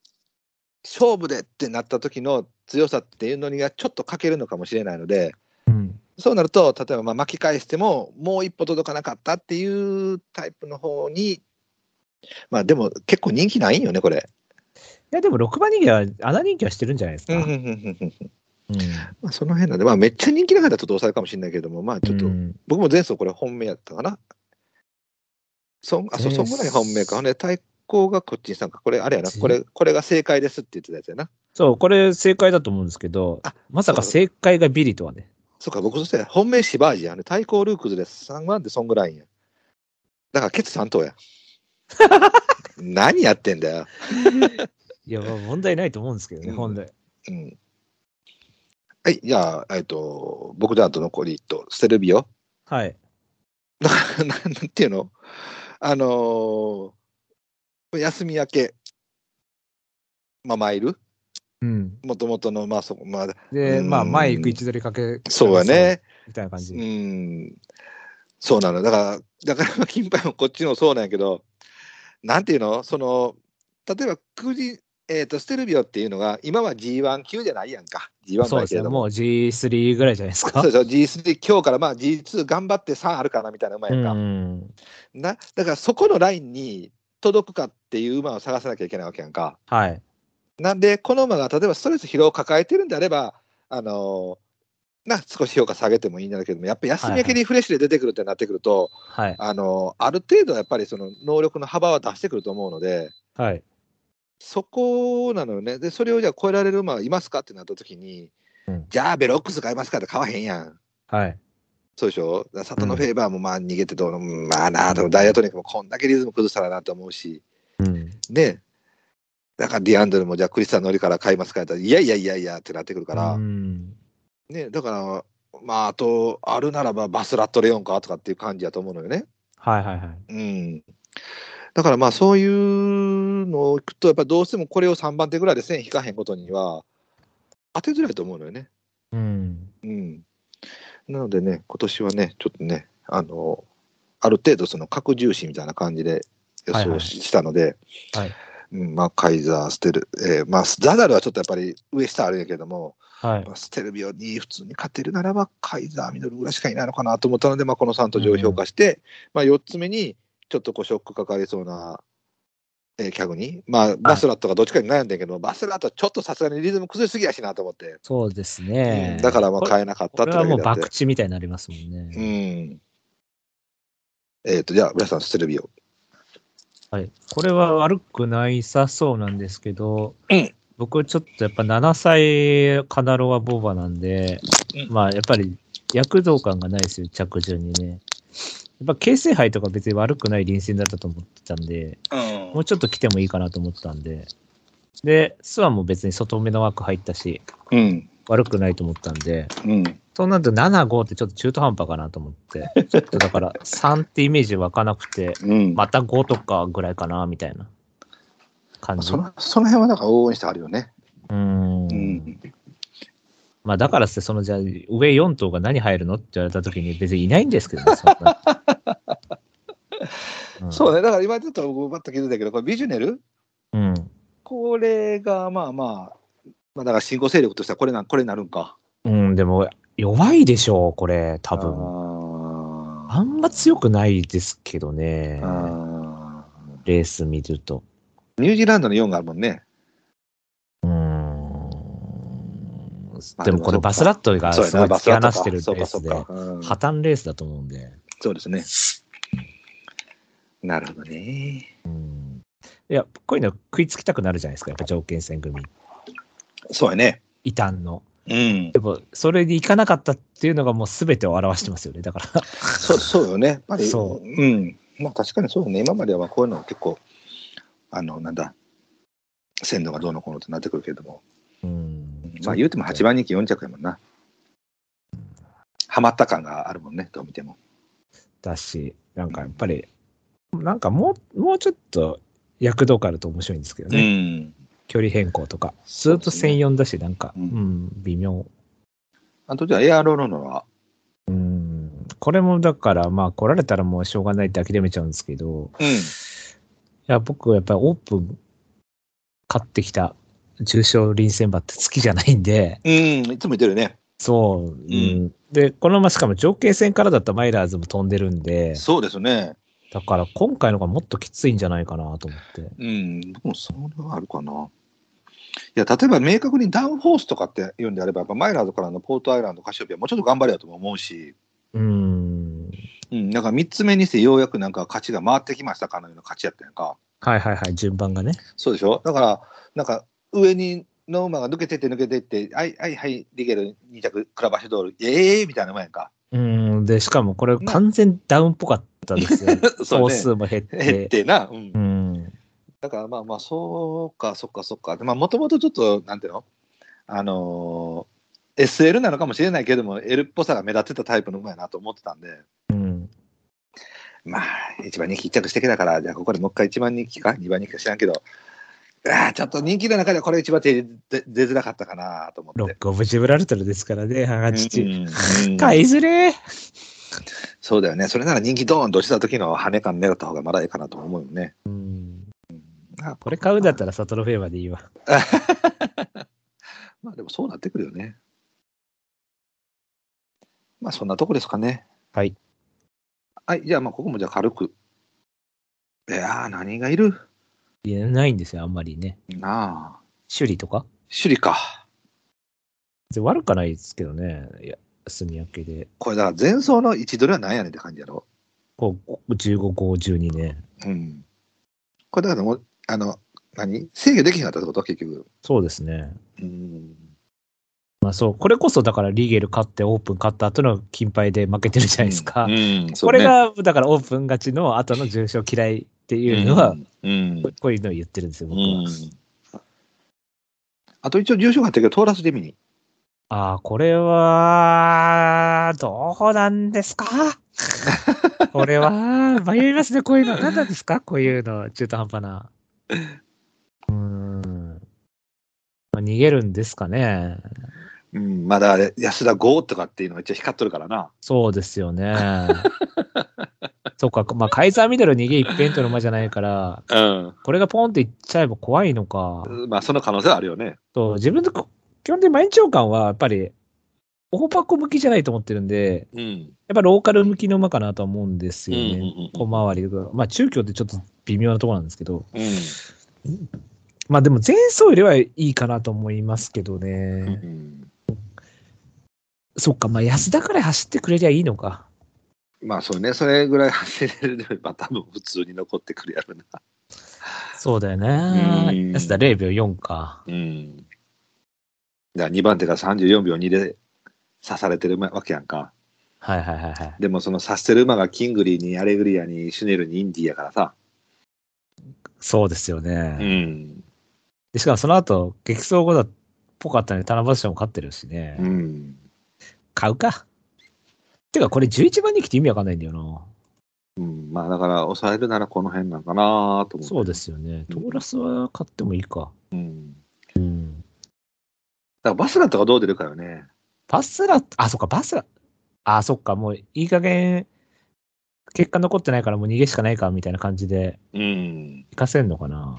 勝負でってなった時の強さっていうのにがちょっと欠けるのかもしれないので、うん。そうなると、例えばまあ巻き返しても、もう一歩届かなかったっていうタイプの方に、まあでも結構人気ないんよね、これ。いや、でも6番人気は、穴人気はしてるんじゃないですか。うんうんうんうんうんまあ、その辺なんで、まあ、めっちゃ人気なかったらちょっと抑えるかもしれないけれども、まあ、ちょっと、うん僕も前走これ本命やったかな。そんあ、そう、前そ走んぐらい本命か。ほんで、対抗がこっちにさんか。これ、あれやな。これ、これが正解ですって言ってたやつやな。そう、これ正解だと思うんですけどあ、まさか正解がビリとはね。そうか、僕としては本命シバージやね。対抗ルークズです。3番でそんぐらいや。だから、ケツ3頭や。 何やってんだよ。いや、まあ問題ないと思うんですけどね、うん本来。うん。はい、じゃあ、えっと、僕だと残りと、ステルビオ。 はい。だからななんていうのあのー休み明け、まあ、マイルうん。もともとの、まあ、そこ、まあ、で、うんまあ、前行く位置取りかけ。そうや。ね。みたいな感うじ。ん。そうなの。だから、だから、金牌もこっちのそうなんやけど、なんていうのその、例えば、くじ、えっ、と、ステルビオっていうのが、今は G1 級じゃないやんか。G1 そうだですけれね。どもも。う G3 ぐらいじゃないですか。そうでしょ G3 今日からまあ G2 頑張って3あるかなみたいな馬やんか、うん。なだからそこのラインに届くかっていう馬を探さなきゃいけないわけやんか。はい。なんで、この馬が例えばストレス疲労を抱えてるんであれば、あのーな少し評価下げてもいいんだけども、やっぱり休み明けにフレッシュで出てくるってなってくると、はい。あのーある程度やっぱりその能力の幅は出してくると思うので、はい。そこなのよね。で、それをじゃあ超えられる馬はいますかってなった時に、うんじゃあベロックス買いますかって買わへんやん。はい。そうでしょだから里のフェーバーもまあ逃げてどうの、うんまあなあ、でもダイアトニックもこんだけリズム崩したらなと思うし、うん。ね。だからディアンドルもじゃあクリスタン・ノリから買いますかって言ったら、いやいやいやいやってなってくるから、うん。ね。だから、まああと、あるならばバスラット・レオンかとかっていう感じやと思うのよね。はいはいはい。うん。だからまあそういうのを聞くと、やっぱどうしてもこれを3番手ぐらいで線引かへんことには、当てづらいと思うのよね。うん。うん。なのでね、今年はね、ちょっとね、あの、ある程度その拡重視みたいな感じで予はいは想いししたので、はいうん、まあ、カイザー、ステル、えーまあ、ザダルはちょっとやっぱり上下あるんやけども、はい。まあステルビオに普通に勝てるならば、カイザー、ミドルぐらいしかいないのかなと思ったので、まあ、この3途上を評価して、まあ、4つ目に、ちょっとこうショックかかりそうな、えー、キャグに、まあ、バスラットがどっちかに悩んでんけど、バスラットはちょっとさすがにリズム崩れすぎやしなと思って、そうですうねん。だからまあこれ変えなかったこっれてだはけでもあうって博打みたいになりますもんね。うん。えっ、と、じゃあ、皆さん、ステルビオ。はい、これは悪くないさそうなんですけど、うん僕ちょっとやっぱ7歳カナロアボーバなんで、うんまあやっぱり躍動感がないですよ、着順にね。やっぱ京成杯とか別に悪くない臨戦だったと思ってたんで、もうちょっと来てもいいかなと思ってたんで、で、スワンも別に外目の枠入ったし、うん。悪くないと思ったんで、うん。そうなると7、5ってちょっと中途半端かなと思って、ちょっとだから3ってイメージ湧かなくて、うん。また5とかぐらいかな、みたいな感じ。その うその辺はなんか応援してあるよね。ーんうん。まあだからって、そのじゃあ上4頭が何入るのって言われた時に別にいないんですけどね、そんなうん、 そうね、だから今ちょっと僕、バッと気づいたけど、これビジュネルうん。これがまあまあ、まあ、だから進行勢力としてはこれなこれになるんか。うん、でも弱いでしょう、これ、多分。ああんま強くないですけどねー、あレース見ると。ーニュージーランドの4があるもんね。うーんまあでもこれでもそうかバスラットがすそごうやいな、突きラ放ットしてるレそうーか、そスうで、か破。うん綻レースだと思うんで。そうですね。なるほどね。うんいや、こういうの食いつきたくなるじゃないですか、やっぱ条件戦組、そうやね。異端の。うん。でも、それに行かなかったっていうのがもう全てを表してますよね、だから。そうそうよね、やっぱり、、そうんまあ、確かにそうよね、今まではまあこういうのは結構、あのなんだ、鮮度がどうのこうのってなってくるけれども、うんまあ、言うても8番人気4着やもんな。はまった感があるもんね、どう見ても。だし、なんかやっぱり、なんかもう、もうちょっと躍動感あると面白いんですけどね、ん、距離変更とか。そずうっですとね専用だし、なんか、ううんん、微妙。あとじゃあ、エアロロノは、うん、これもだから、まあ、来られたらもうしょうがないって諦めちゃうんですけど、ういや、僕はやっぱりオープン買ってきた重賞臨戦馬って好きじゃないんで、ん、いつも言ってるね、そう、うんん。で、このまましかも条件戦からだったマイラーズも飛んでるんで、そうですね、だから今回のがもっときついんじゃないかなと思って。うん、僕もそれはあるかな。いや例えば明確にダウンフォースとかって言うんであれば、やっぱマイラーズからのポートアイランド、カシオペア、もうちょっと頑張れよとも思うし、うん。うん、なんか3つ目にしてようやくなんか勝ちが回ってきましたかのような勝ちやったやんか。はいはいはい、順番がね。そうでしょだから、なんか上にの馬が抜けてって抜けてって、はいはいはい、リゲル2着、クラバシドール、ええー、みたいな馬やんか。うん。で、しかもこれ完全ダウンっぽかったですよ。 そ総うね数も減っ。えっててな。うんうん。だからまあまあ、そうか、そっか、そっか。でまあ、もともとちょっと、なんていうのあのー SL なのかもしれないけども、L っぽさが目立ってたタイプの馬やなと思ってたんで、うん。まあ、一番人気一着してきたから、じゃあここでもう一回一番人気か、二番人気か知らんけど、ああ、ちょっと人気の中ではこれ一番手出出づらかったかなと思ロっッて。クオブジブラルタルですからね、ハガチうんチ。うん買いづれーそうだよね。それなら人気ドーンとした時の羽根感狙った方がまだいいかなと思うよね。うん。あこれ買うんだったらサトロフェーバーでいいわ。まあでもそうなってくるよね。まあそんなとこですかね。はい。はい、じゃあまあここもじゃあ軽くいやー、何がいるいやないんですよ、あんまりね。なあ。首里とか首里か。別に悪くはないですけどね。いや、炭焼けで。これだから前走の位置取りは何やねんって感じやろ。こう、15、号12ね。うん。これだからもう、あの、何制御できなかったってこと結局。そうですね。うん。まあそう、これこそだからリーゲル勝ってオープン勝った後の金牌で負けてるじゃないですか。うん。これが、だからオープン勝ちの後の重賞嫌いっていうのは、うん。こういうのを言ってるんですよ、う僕は。ん。あと一応、重症があったけど、トーラス・デミニ。ああ、これは、どうなんです かこれは、迷いますね、こういうの。何なんですかこういうの、中途半端な。うーん。まあ、逃げるんですかね。うん。まだ、安田剛とかっていうのが一応光っとるからな。そうですよ ね。そうか、まあ、カイザーミドル逃げ一辺との馬じゃないから、うこれがポンっていっちゃえば怖いのか。ん。まあ、その可能性はあるよね。と自分のこ基本的に毎日王冠は、やっぱり、大箱向きじゃないと思ってるんで、うん。やっぱローカル向きの馬かなとは思うんですうんよね。小回りとか、まあ中京ってちょっと微妙なところなんですけど、うんうんまあでも前走よりはいいかなと思いますけどね。うんそっか、まあ安田から走ってくれりゃいいのか。まあ、そうね。それぐらい走れるまあ、多分普通に残ってくるやろな。そうだよねう。ん安田0秒4か。うん。だから2番手が34秒2で刺されてるわけやんか。はいはいはいはい。でもその刺してる馬がキングリーにアレグリアにシュネルにインディやからさ。そうですよね。ん。でしかもその後、激走後だっぽかったね。七夕賞も勝ってるしね。うん。買うか。てかこれ11番に来て意味わかんないんだよな。うん、まあだから抑えるならこの辺なんかなと思。そうですすよね。うトんーラスは買ってもいいか。うん。うん。だからバスラとかどう出るかよね。バスラ、あ、そっか、バスラ、あ、そっか、もういい加減、結果残ってないからもう逃げしかないか、みたいな感じで、うん。行かせんのかな。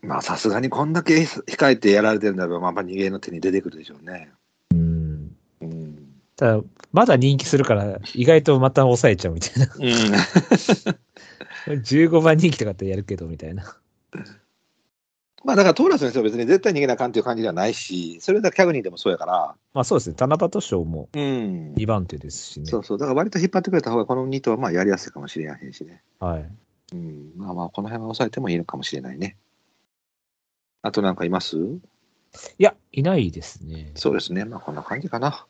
まあさすがにこんだけ控えてやられてるんだら、まあまあ逃げの手に出てくるでしょうね。うん。 うん。ただ、まだ人気するから、意外とまた抑えちゃうみたいな。うん。 15番人気とかってやるけど、みたいな。まあだからトーラスの人は別に絶対逃げなあかんっていう感じではないし、それだけキャグニーでもそうやから。まあそうですね、七夕賞もうん2番手ですしねそ。うそう、だから割と引っ張ってくれた方が、この2頭はまあやりやすいかもしれやへんしね。はい。うん、まあまあ、この辺は抑えてもいいのかもしれないね。あとなんかいますいや、いないですね。そうですね、まあこんな感じかな。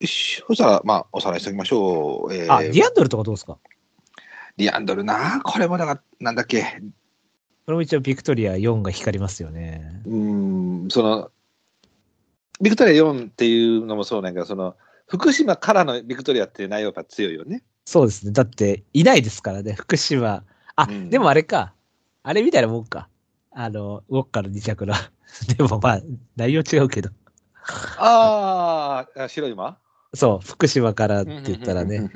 よし、そしたら、まあ、おさらいしておきましょう。えーあ、ディアンドルとかどうですかディアンドルな、これもだから、なんだっけ、これも一応、ビクトリア4が光りますよね。うん、その、ビクトリア4っていうのもそうなんやけど、その、福島からのビクトリアっていう内容が強いよね。そうですね。だって、いないですからね、福島。あ、うんでもあれか。あれみたいなもんか。あの、ウォッカの2着の。 でもまあ、内容違うけど。あーあ、白い馬そう、福島からって言ったらね、。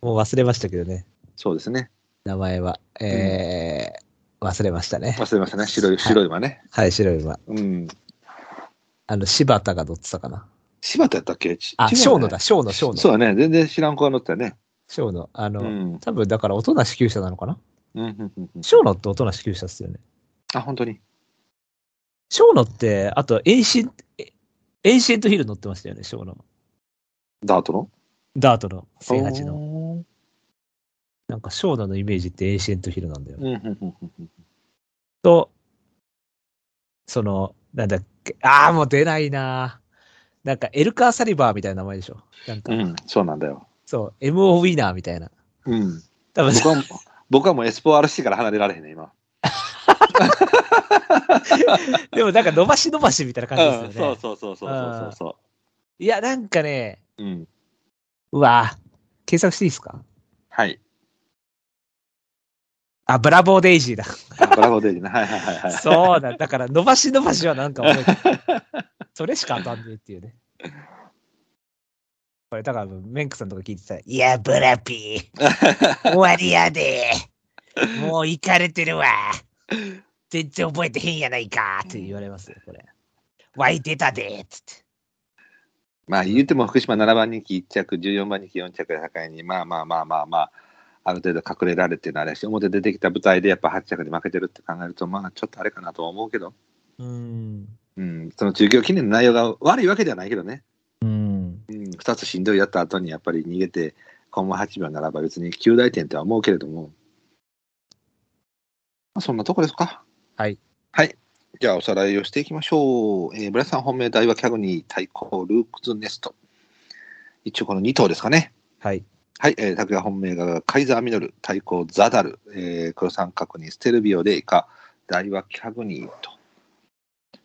もう忘れましたけどね、そうですね。名前は。えー忘れましたね。忘れましたね。白はいい、白い馬ね。はい、白い馬。うん。あの、柴田が乗ってたかな。柴田やったっけちあ、違うよね小野だ、小野、小そ野。うだね。全然知らん子が乗ってたよね。小野。あの、うん。多分だから、音な支給者なのかなうんうんうんうん小野って音な支給者っすよね。あ、本当に。小野って、あと、エンシン、えエンシェントヒル乗ってましたよね、小野。ダートのダートの、1008の。の。なんか、ショーダのイメージってエーシェントヒルなんだよ。うんうんうんうんと、その、なんだっけ、ああ、もう出ないなーなんか、エルカー・サリバーみたいな名前でしょ。なんか、うん。うん、そうなんだよ。そう、MO ウィナーみたいな。うん。多分、僕は、僕はもうエスポ RC から離れられへんね、今。 でもなんか、伸ばし伸ばしみたいな感じですようんね。そうそうそうそうそうそいや、なんかね、う。うん。うわー検索していいですかはい。あ、ブラボーデイジーだ。あブラボーデイジーね。はいはいはいはい。そうだ。だから、伸ばし伸ばしはなんか覚えてる それしか当たんねえっていうね。これ、だから、メンクさんとか聞いてたら、いや、ブラピー、終わりやで。もう行かれてるわ。全然覚えてへんやないかって言われますよ、これ。湧いてたで、つって。まあ言っても福島7番人気1着、14番人気4着や境に、まあまあまあまあまあ、ある程度隠れられてるあれやし、表出てきた舞台でやっぱ8着で負けてるって考えると、まあちょっとあれかなとは思うけど、うん。うん、その中京記念の内容が悪いわけではないけどね、うん。うん、2つしんどいやった後にやっぱり逃げて、コンマ8秒ならば別に9大点とは思うけれども、まあ、そんなとこですか。はい。はい。じゃあおさらいをしていきましょう。えー、村さん本命大はキャグニー対抗ルークズネスト。一応この2頭ですかね。はい。はい、えー、拓也本命がカイザーミノル、対抗ザダル、えー、黒三角にステルビオで以下、大はキャグニーと。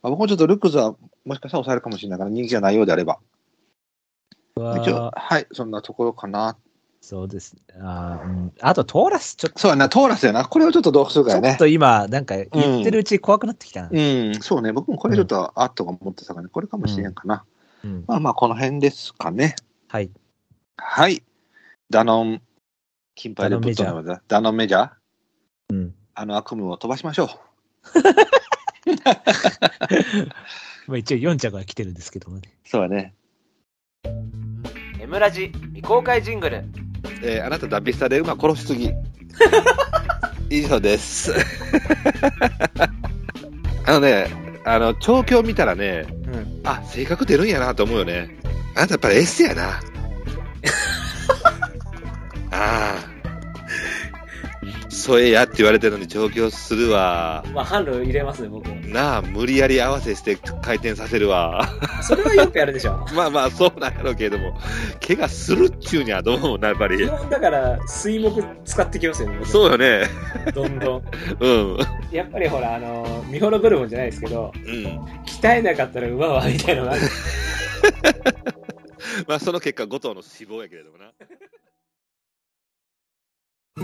まあ、僕もちょっとルックスはもしかしたら抑えるかもしれないから、人気がないようであれば。一応、ははい、そんなところかな。そうですね。あー、うん、あと、トーラス、ちょっと、そうやな、トーラスやな。これをちょっとどうするかちやょっね。と今、なんか言ってるうち怖くなってきたな。うん、そうね、僕もこれちょっとあっとか思ってたからね、これかもしれんかな。うんまあまあ、この辺ですかね。はい。はい。ダノン、金牌でぶっ飛んだまだダノンメジャーうん。あの悪夢を飛ばしましょう。まあ、一応4着が来てるんですけどもね。そうやね。エムラジ未公開ジングルえーあなたダビスタで馬殺しす ぎ以上ですあのねあの調教見たらねうんあ性格出るんやなと思うよねあなたやっぱりエッセや なああ添えやって言われてるのに調教するわまあ販路入れますね僕なあ無理やり合わせして回転させるわ それはよくやるでしょまあまあそうなんやろうけれども怪我するっちゅうにはどうもなやっぱ基り本だから水木使ってきますよね僕そうよねどんどんうんやっぱりほらあのー見滅ぶるもんじゃないですけどうん鍛えなかったら馬はみたいなのがある まあその結果、後藤の死亡やけれどもな。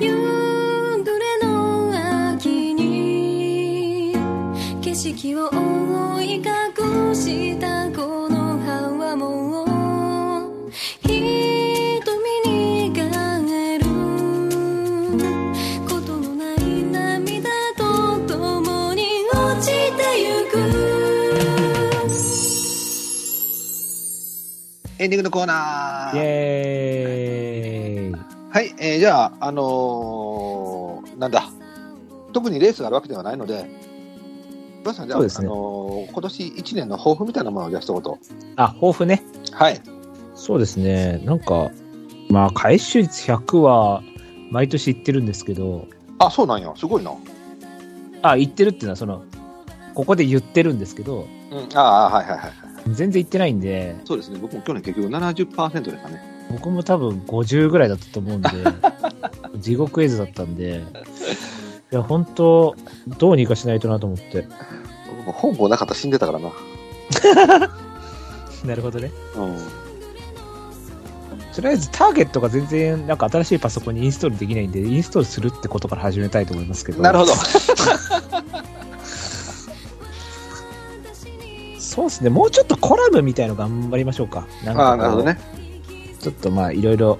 夕暮れの秋に景色を覆い隠したこの葉はもう瞳に変えることのない涙と共に落ちてゆくエンディングのコーナイー。エーイ。はい、えーじゃあ、あのーなんだ、特にレースがあるわけではないので、バさん、じゃあ、そうですねあのー今年1年の抱負みたいなものを、じゃあ、一あ、抱負ね。言。はい。そうですね。なんか、まあ、回収率100は、毎年言ってるんですけど、あ、そうなんや、すごいな。うあ、言ってるっていうのは、その、ここで言ってるんですけど、ん、ああ、はいはいはい。全然言ってないんで、そうですね、僕も去年結局70%ですかね。僕も多分50ぐらいだったと思 うんで、地獄絵図だったんで、いや、本当どうにかしないとなと思って。僕も本郷なかったら死んでたからな。なるほどね。うん。とりあえずターゲットが全然なんか新しいパソコンにインストールできないんで、インストールするってことから始めたいと思いますけど。なるほど。そうですね。もうちょっとコラムみたいの頑張りましょうか。なんかこうああ、なるほどね。ちょっとまあいろいろ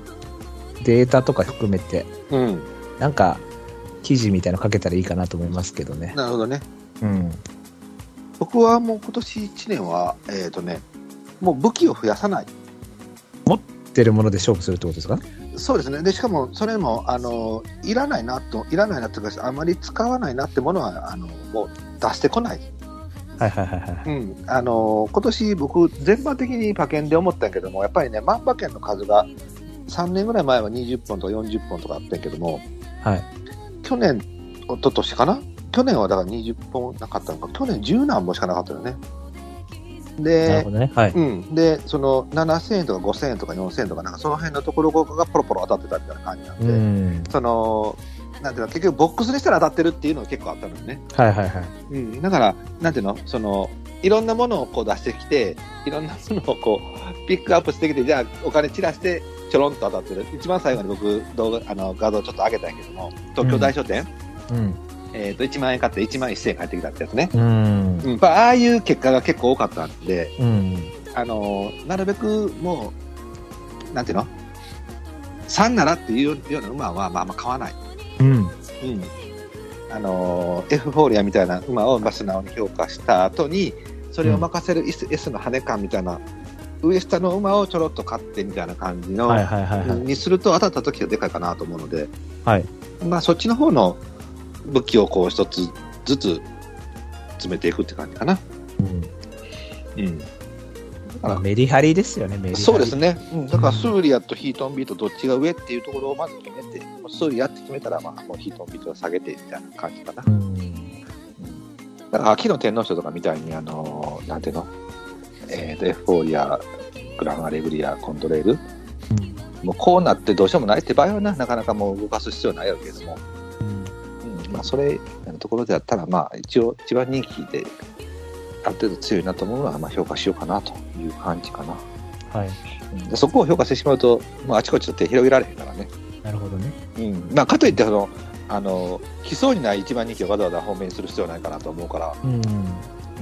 データとか含めて、うん。なんか記事みたいの書けたらいいかなと思いますけどね。なるほどね。うん。僕はもう今年1年は、えっ、とね、もう武器を増やさない。出るもので勝負するってことですかそうですねでしかもそれもあのいらないなといらないなというかあまり使わないなってものはあのもう出してこない、はいはいはいはい。うん、あの今年僕全般的に馬券で思ったんやけどもやっぱりね万馬券の数が3年ぐらい前は20本とか40本とかあったんやけどもはい。去年一昨年かな去年はだから20本なかったのか去年10何本しかなかったよねなるでほどね。はい。うん、でその7000円とか5000円とか4000円とかなんかその辺のところがポロポロ当たってたみたいな感じなんで、うん。そのなんていうの結局ボックスにしたら当たってるっていうのが結構あったのよね、はいはいはい。うん、だからなんていうのそのいろんなものをこう出してきていろんなものをこうピックアップしてきてじゃあお金散らしてちょろんと当たってる一番最後に僕動画あの画像ちょっと上げたんやけども東京大書店、うん。えー、と1万円買って1万1000円返ってきたってやつね、うんうん、やっぱああいう結果が結構多かったんで、うん。あのなるべくもうなんていうの3ならっていうような馬はまあまあ買わない。うん。うん、あのー F フォーリアみたいな馬をまあ素直に評価した後にそれを任せる S, S の羽根感みたいな上下の馬をちょろっと買ってみたいな感じの、はいはいはいはい。にすると当たった時がでかいかなと思うので、はいまあ、そっちの方の武器をこう一つずつ詰めていくって感じかな。うんうん、だかまあらメリハリですよね、メリハリ。そうです。ね、うんだからスーリアとヒートンビートどっちが上っていうところをまず決めて、スーリアって決めたら、まあ、もうヒートンビートを下げてみたいな感じかな。うん。だから秋の天皇賞とかみたいに、あのーなんていうの、えーとエフフォーリア、グランアレグリア、コントレール、もうこうなってどうしようもないって場合はな、なかなかもう動かす必要ないわけですもん。うんまあ、それのところであったら、まあ、一応、一番人気で、ある程度強いなと思うのは、まあ、評価しようかなという感じかな。はい。でそこを評価してしまうと、まあ、あちこちと手広げられへんからね。なるほどね。うんまあ、かといってその、あの、来そうにない一番人気をわざわざ方面にする必要はないかなと思うから、うん。う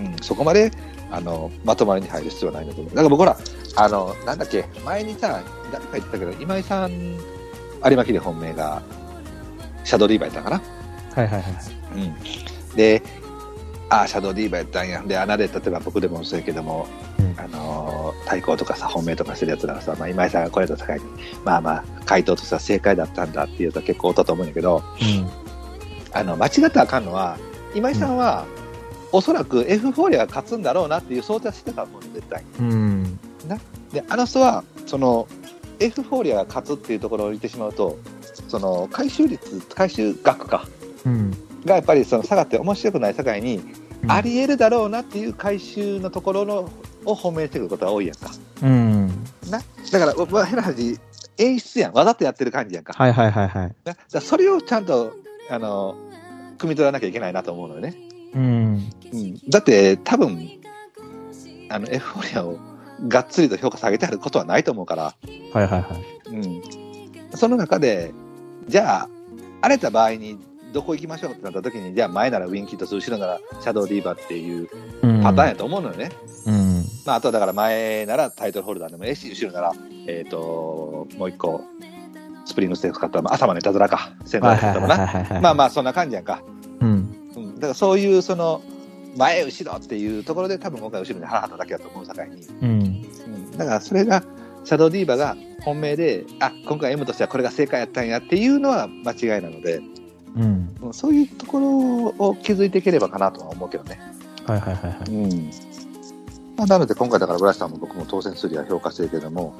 ん、そこまで、あの、まとまりに入る必要はないなと思う。だから僕ら、あの、なんだっけ、前にさ、誰か言ってたけど、今井さん、有馬記念本命が、シャドーリーバーやったかな。はいはいはい。うん、で、ああ、シャドーディーバーやったんや。で、穴で、例えば僕でもそうやけども、うんあのー対抗とかさ、本命とかしてるやつらはさ、まあ、今井さんがこれと高いに、まあまあ、回答としては正解だったんだっていうやつは結構おったと思うんやけど、あの、間違ったらあかんのは、今井さんは、おそらく F フォーリアが勝つんだろうなっていう想定はしてたと思うの、絶対に。うん。うん。で、あの人は、その、F フォーリアが勝つっていうところを言ってしまうと、その、回収率、回収額か、うん。がやっぱりその下がって面白くない境に、うんあり得るだろうなっていう回収のところのを褒めてくることが多いやんか。うん。なだから、わ変な話、演出やん、わざとやってる感じやんか。はいはいはいはい。なだからそれをちゃんと、あの、汲み取らなきゃいけないなと思うのよね。うん。うん、だって、多分あの、エフフォーリアをがっつりと評価下げてあることはないと思うから、はいはいはい。うん。その中で、じゃあ、荒れた場合に、どこ行きましょうってなった時に、じゃあ前ならウィンキッドス、後ろならシャドウリーバーっていううんパターンやと思うのよね。うん。まあ、あとはだから前ならタイトルホルダーでもええし、後ろなら、えっ、と、もう一個、スプリングステークス買ったら、まあ、朝までいたずらか、センターはいはいで買ったもはいはな。いはい。まあまあ、そんな感じやんか。うん。うん、だからそういう、その、前、後ろっていうところで、多分今回後ろに腹張っただけだと思う境に。うん。うん、だからそれが、シャドウディーバーが本命で、あ、今回 M としてはこれが正解やったんやっていうのは間違いなので、うん。うんそういうところを気づいていければかなとは思うけどね。はいはいはいはうい。んまあ、なので今回だからブラスさんも僕も当選するよりは評価してるけども、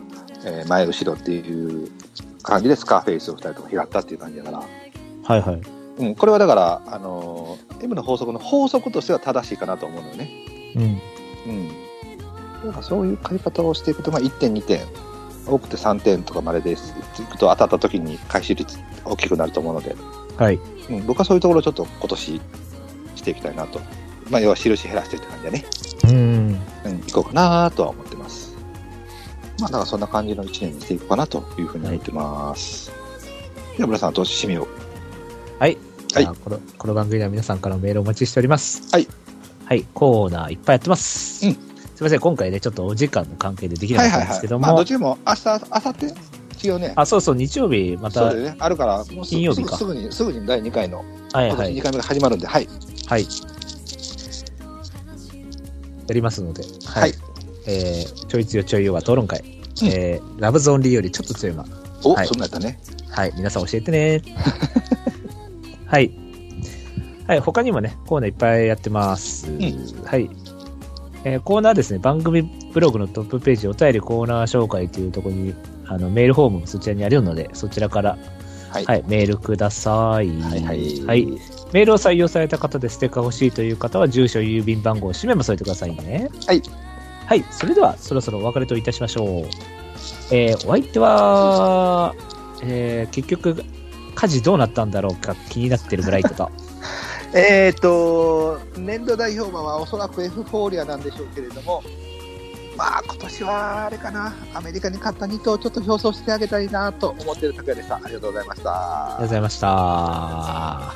えー前後ろっていう感じでスカーフェイスを2人とも拾ったっていう感じだから、はいはい。うん、これはだから、あのー M の法則の法則としては正しいかなと思うのよね。うん。うん、だからそういう買い方をしていくと、まあ、1点2点多くて3点とかまでですいくと当たった時に回収率大きくなると思うので、はい。うん、僕はそういうところをちょっと今年していきたいなと、まあ、要は印減らしてるって感じだね。うん。うん、行こうかなとは思ってます。まあ、だからそんな感じの1年にしていこうかなというふうに思ってます。では、村さん、投資締めを。はい。はいじゃあこの、この番組では皆さんからメールをお待ちしております。はい。はい、コーナーいっぱいやってます。うんすみません、今回ね、ちょっとお時間の関係でできなかったんですけども、まあ、どっちでも、明日、明後日、違うね。あ、そうそう、日曜日、また、そうだはよね。あるから、もうすぐ金曜日かすぐすぐに、すぐに第2回の、い今は年い2、回目が始まるんで、はい。はい。やりますので、ははい。えー、ちょい強ちょい弱討論会、うんえー、ラブゾーンリーよりちょっと強いま、お、はいそんなんやったね。はい、皆さん教えてね。はい。はい、他にもね、コーナーいっぱいやってます。んはい。えーコーナーですね、番組ブログのトップページ、お便りコーナー紹介というところに、あのメールフォームもそちらにあるので、そちらから、はい。はい、メールください。はいはいはいメールを採用された方でステッカー欲しいという方は、住所、郵便番号、氏名も添えてくださいね。はい。はい、それでは、そろそろお別れといたしましょう。えーお相手は、えー結局、家事どうなったんだろうか気になってるブライト と。えっ、と、年度代表馬はおそらく F フォーリアなんでしょうけれども、まあ、今年はあれかな、アメリカに勝った2頭をちょっと表彰してあげたいなと思っている拓也でした。ありがとうございました。ありがとうございました。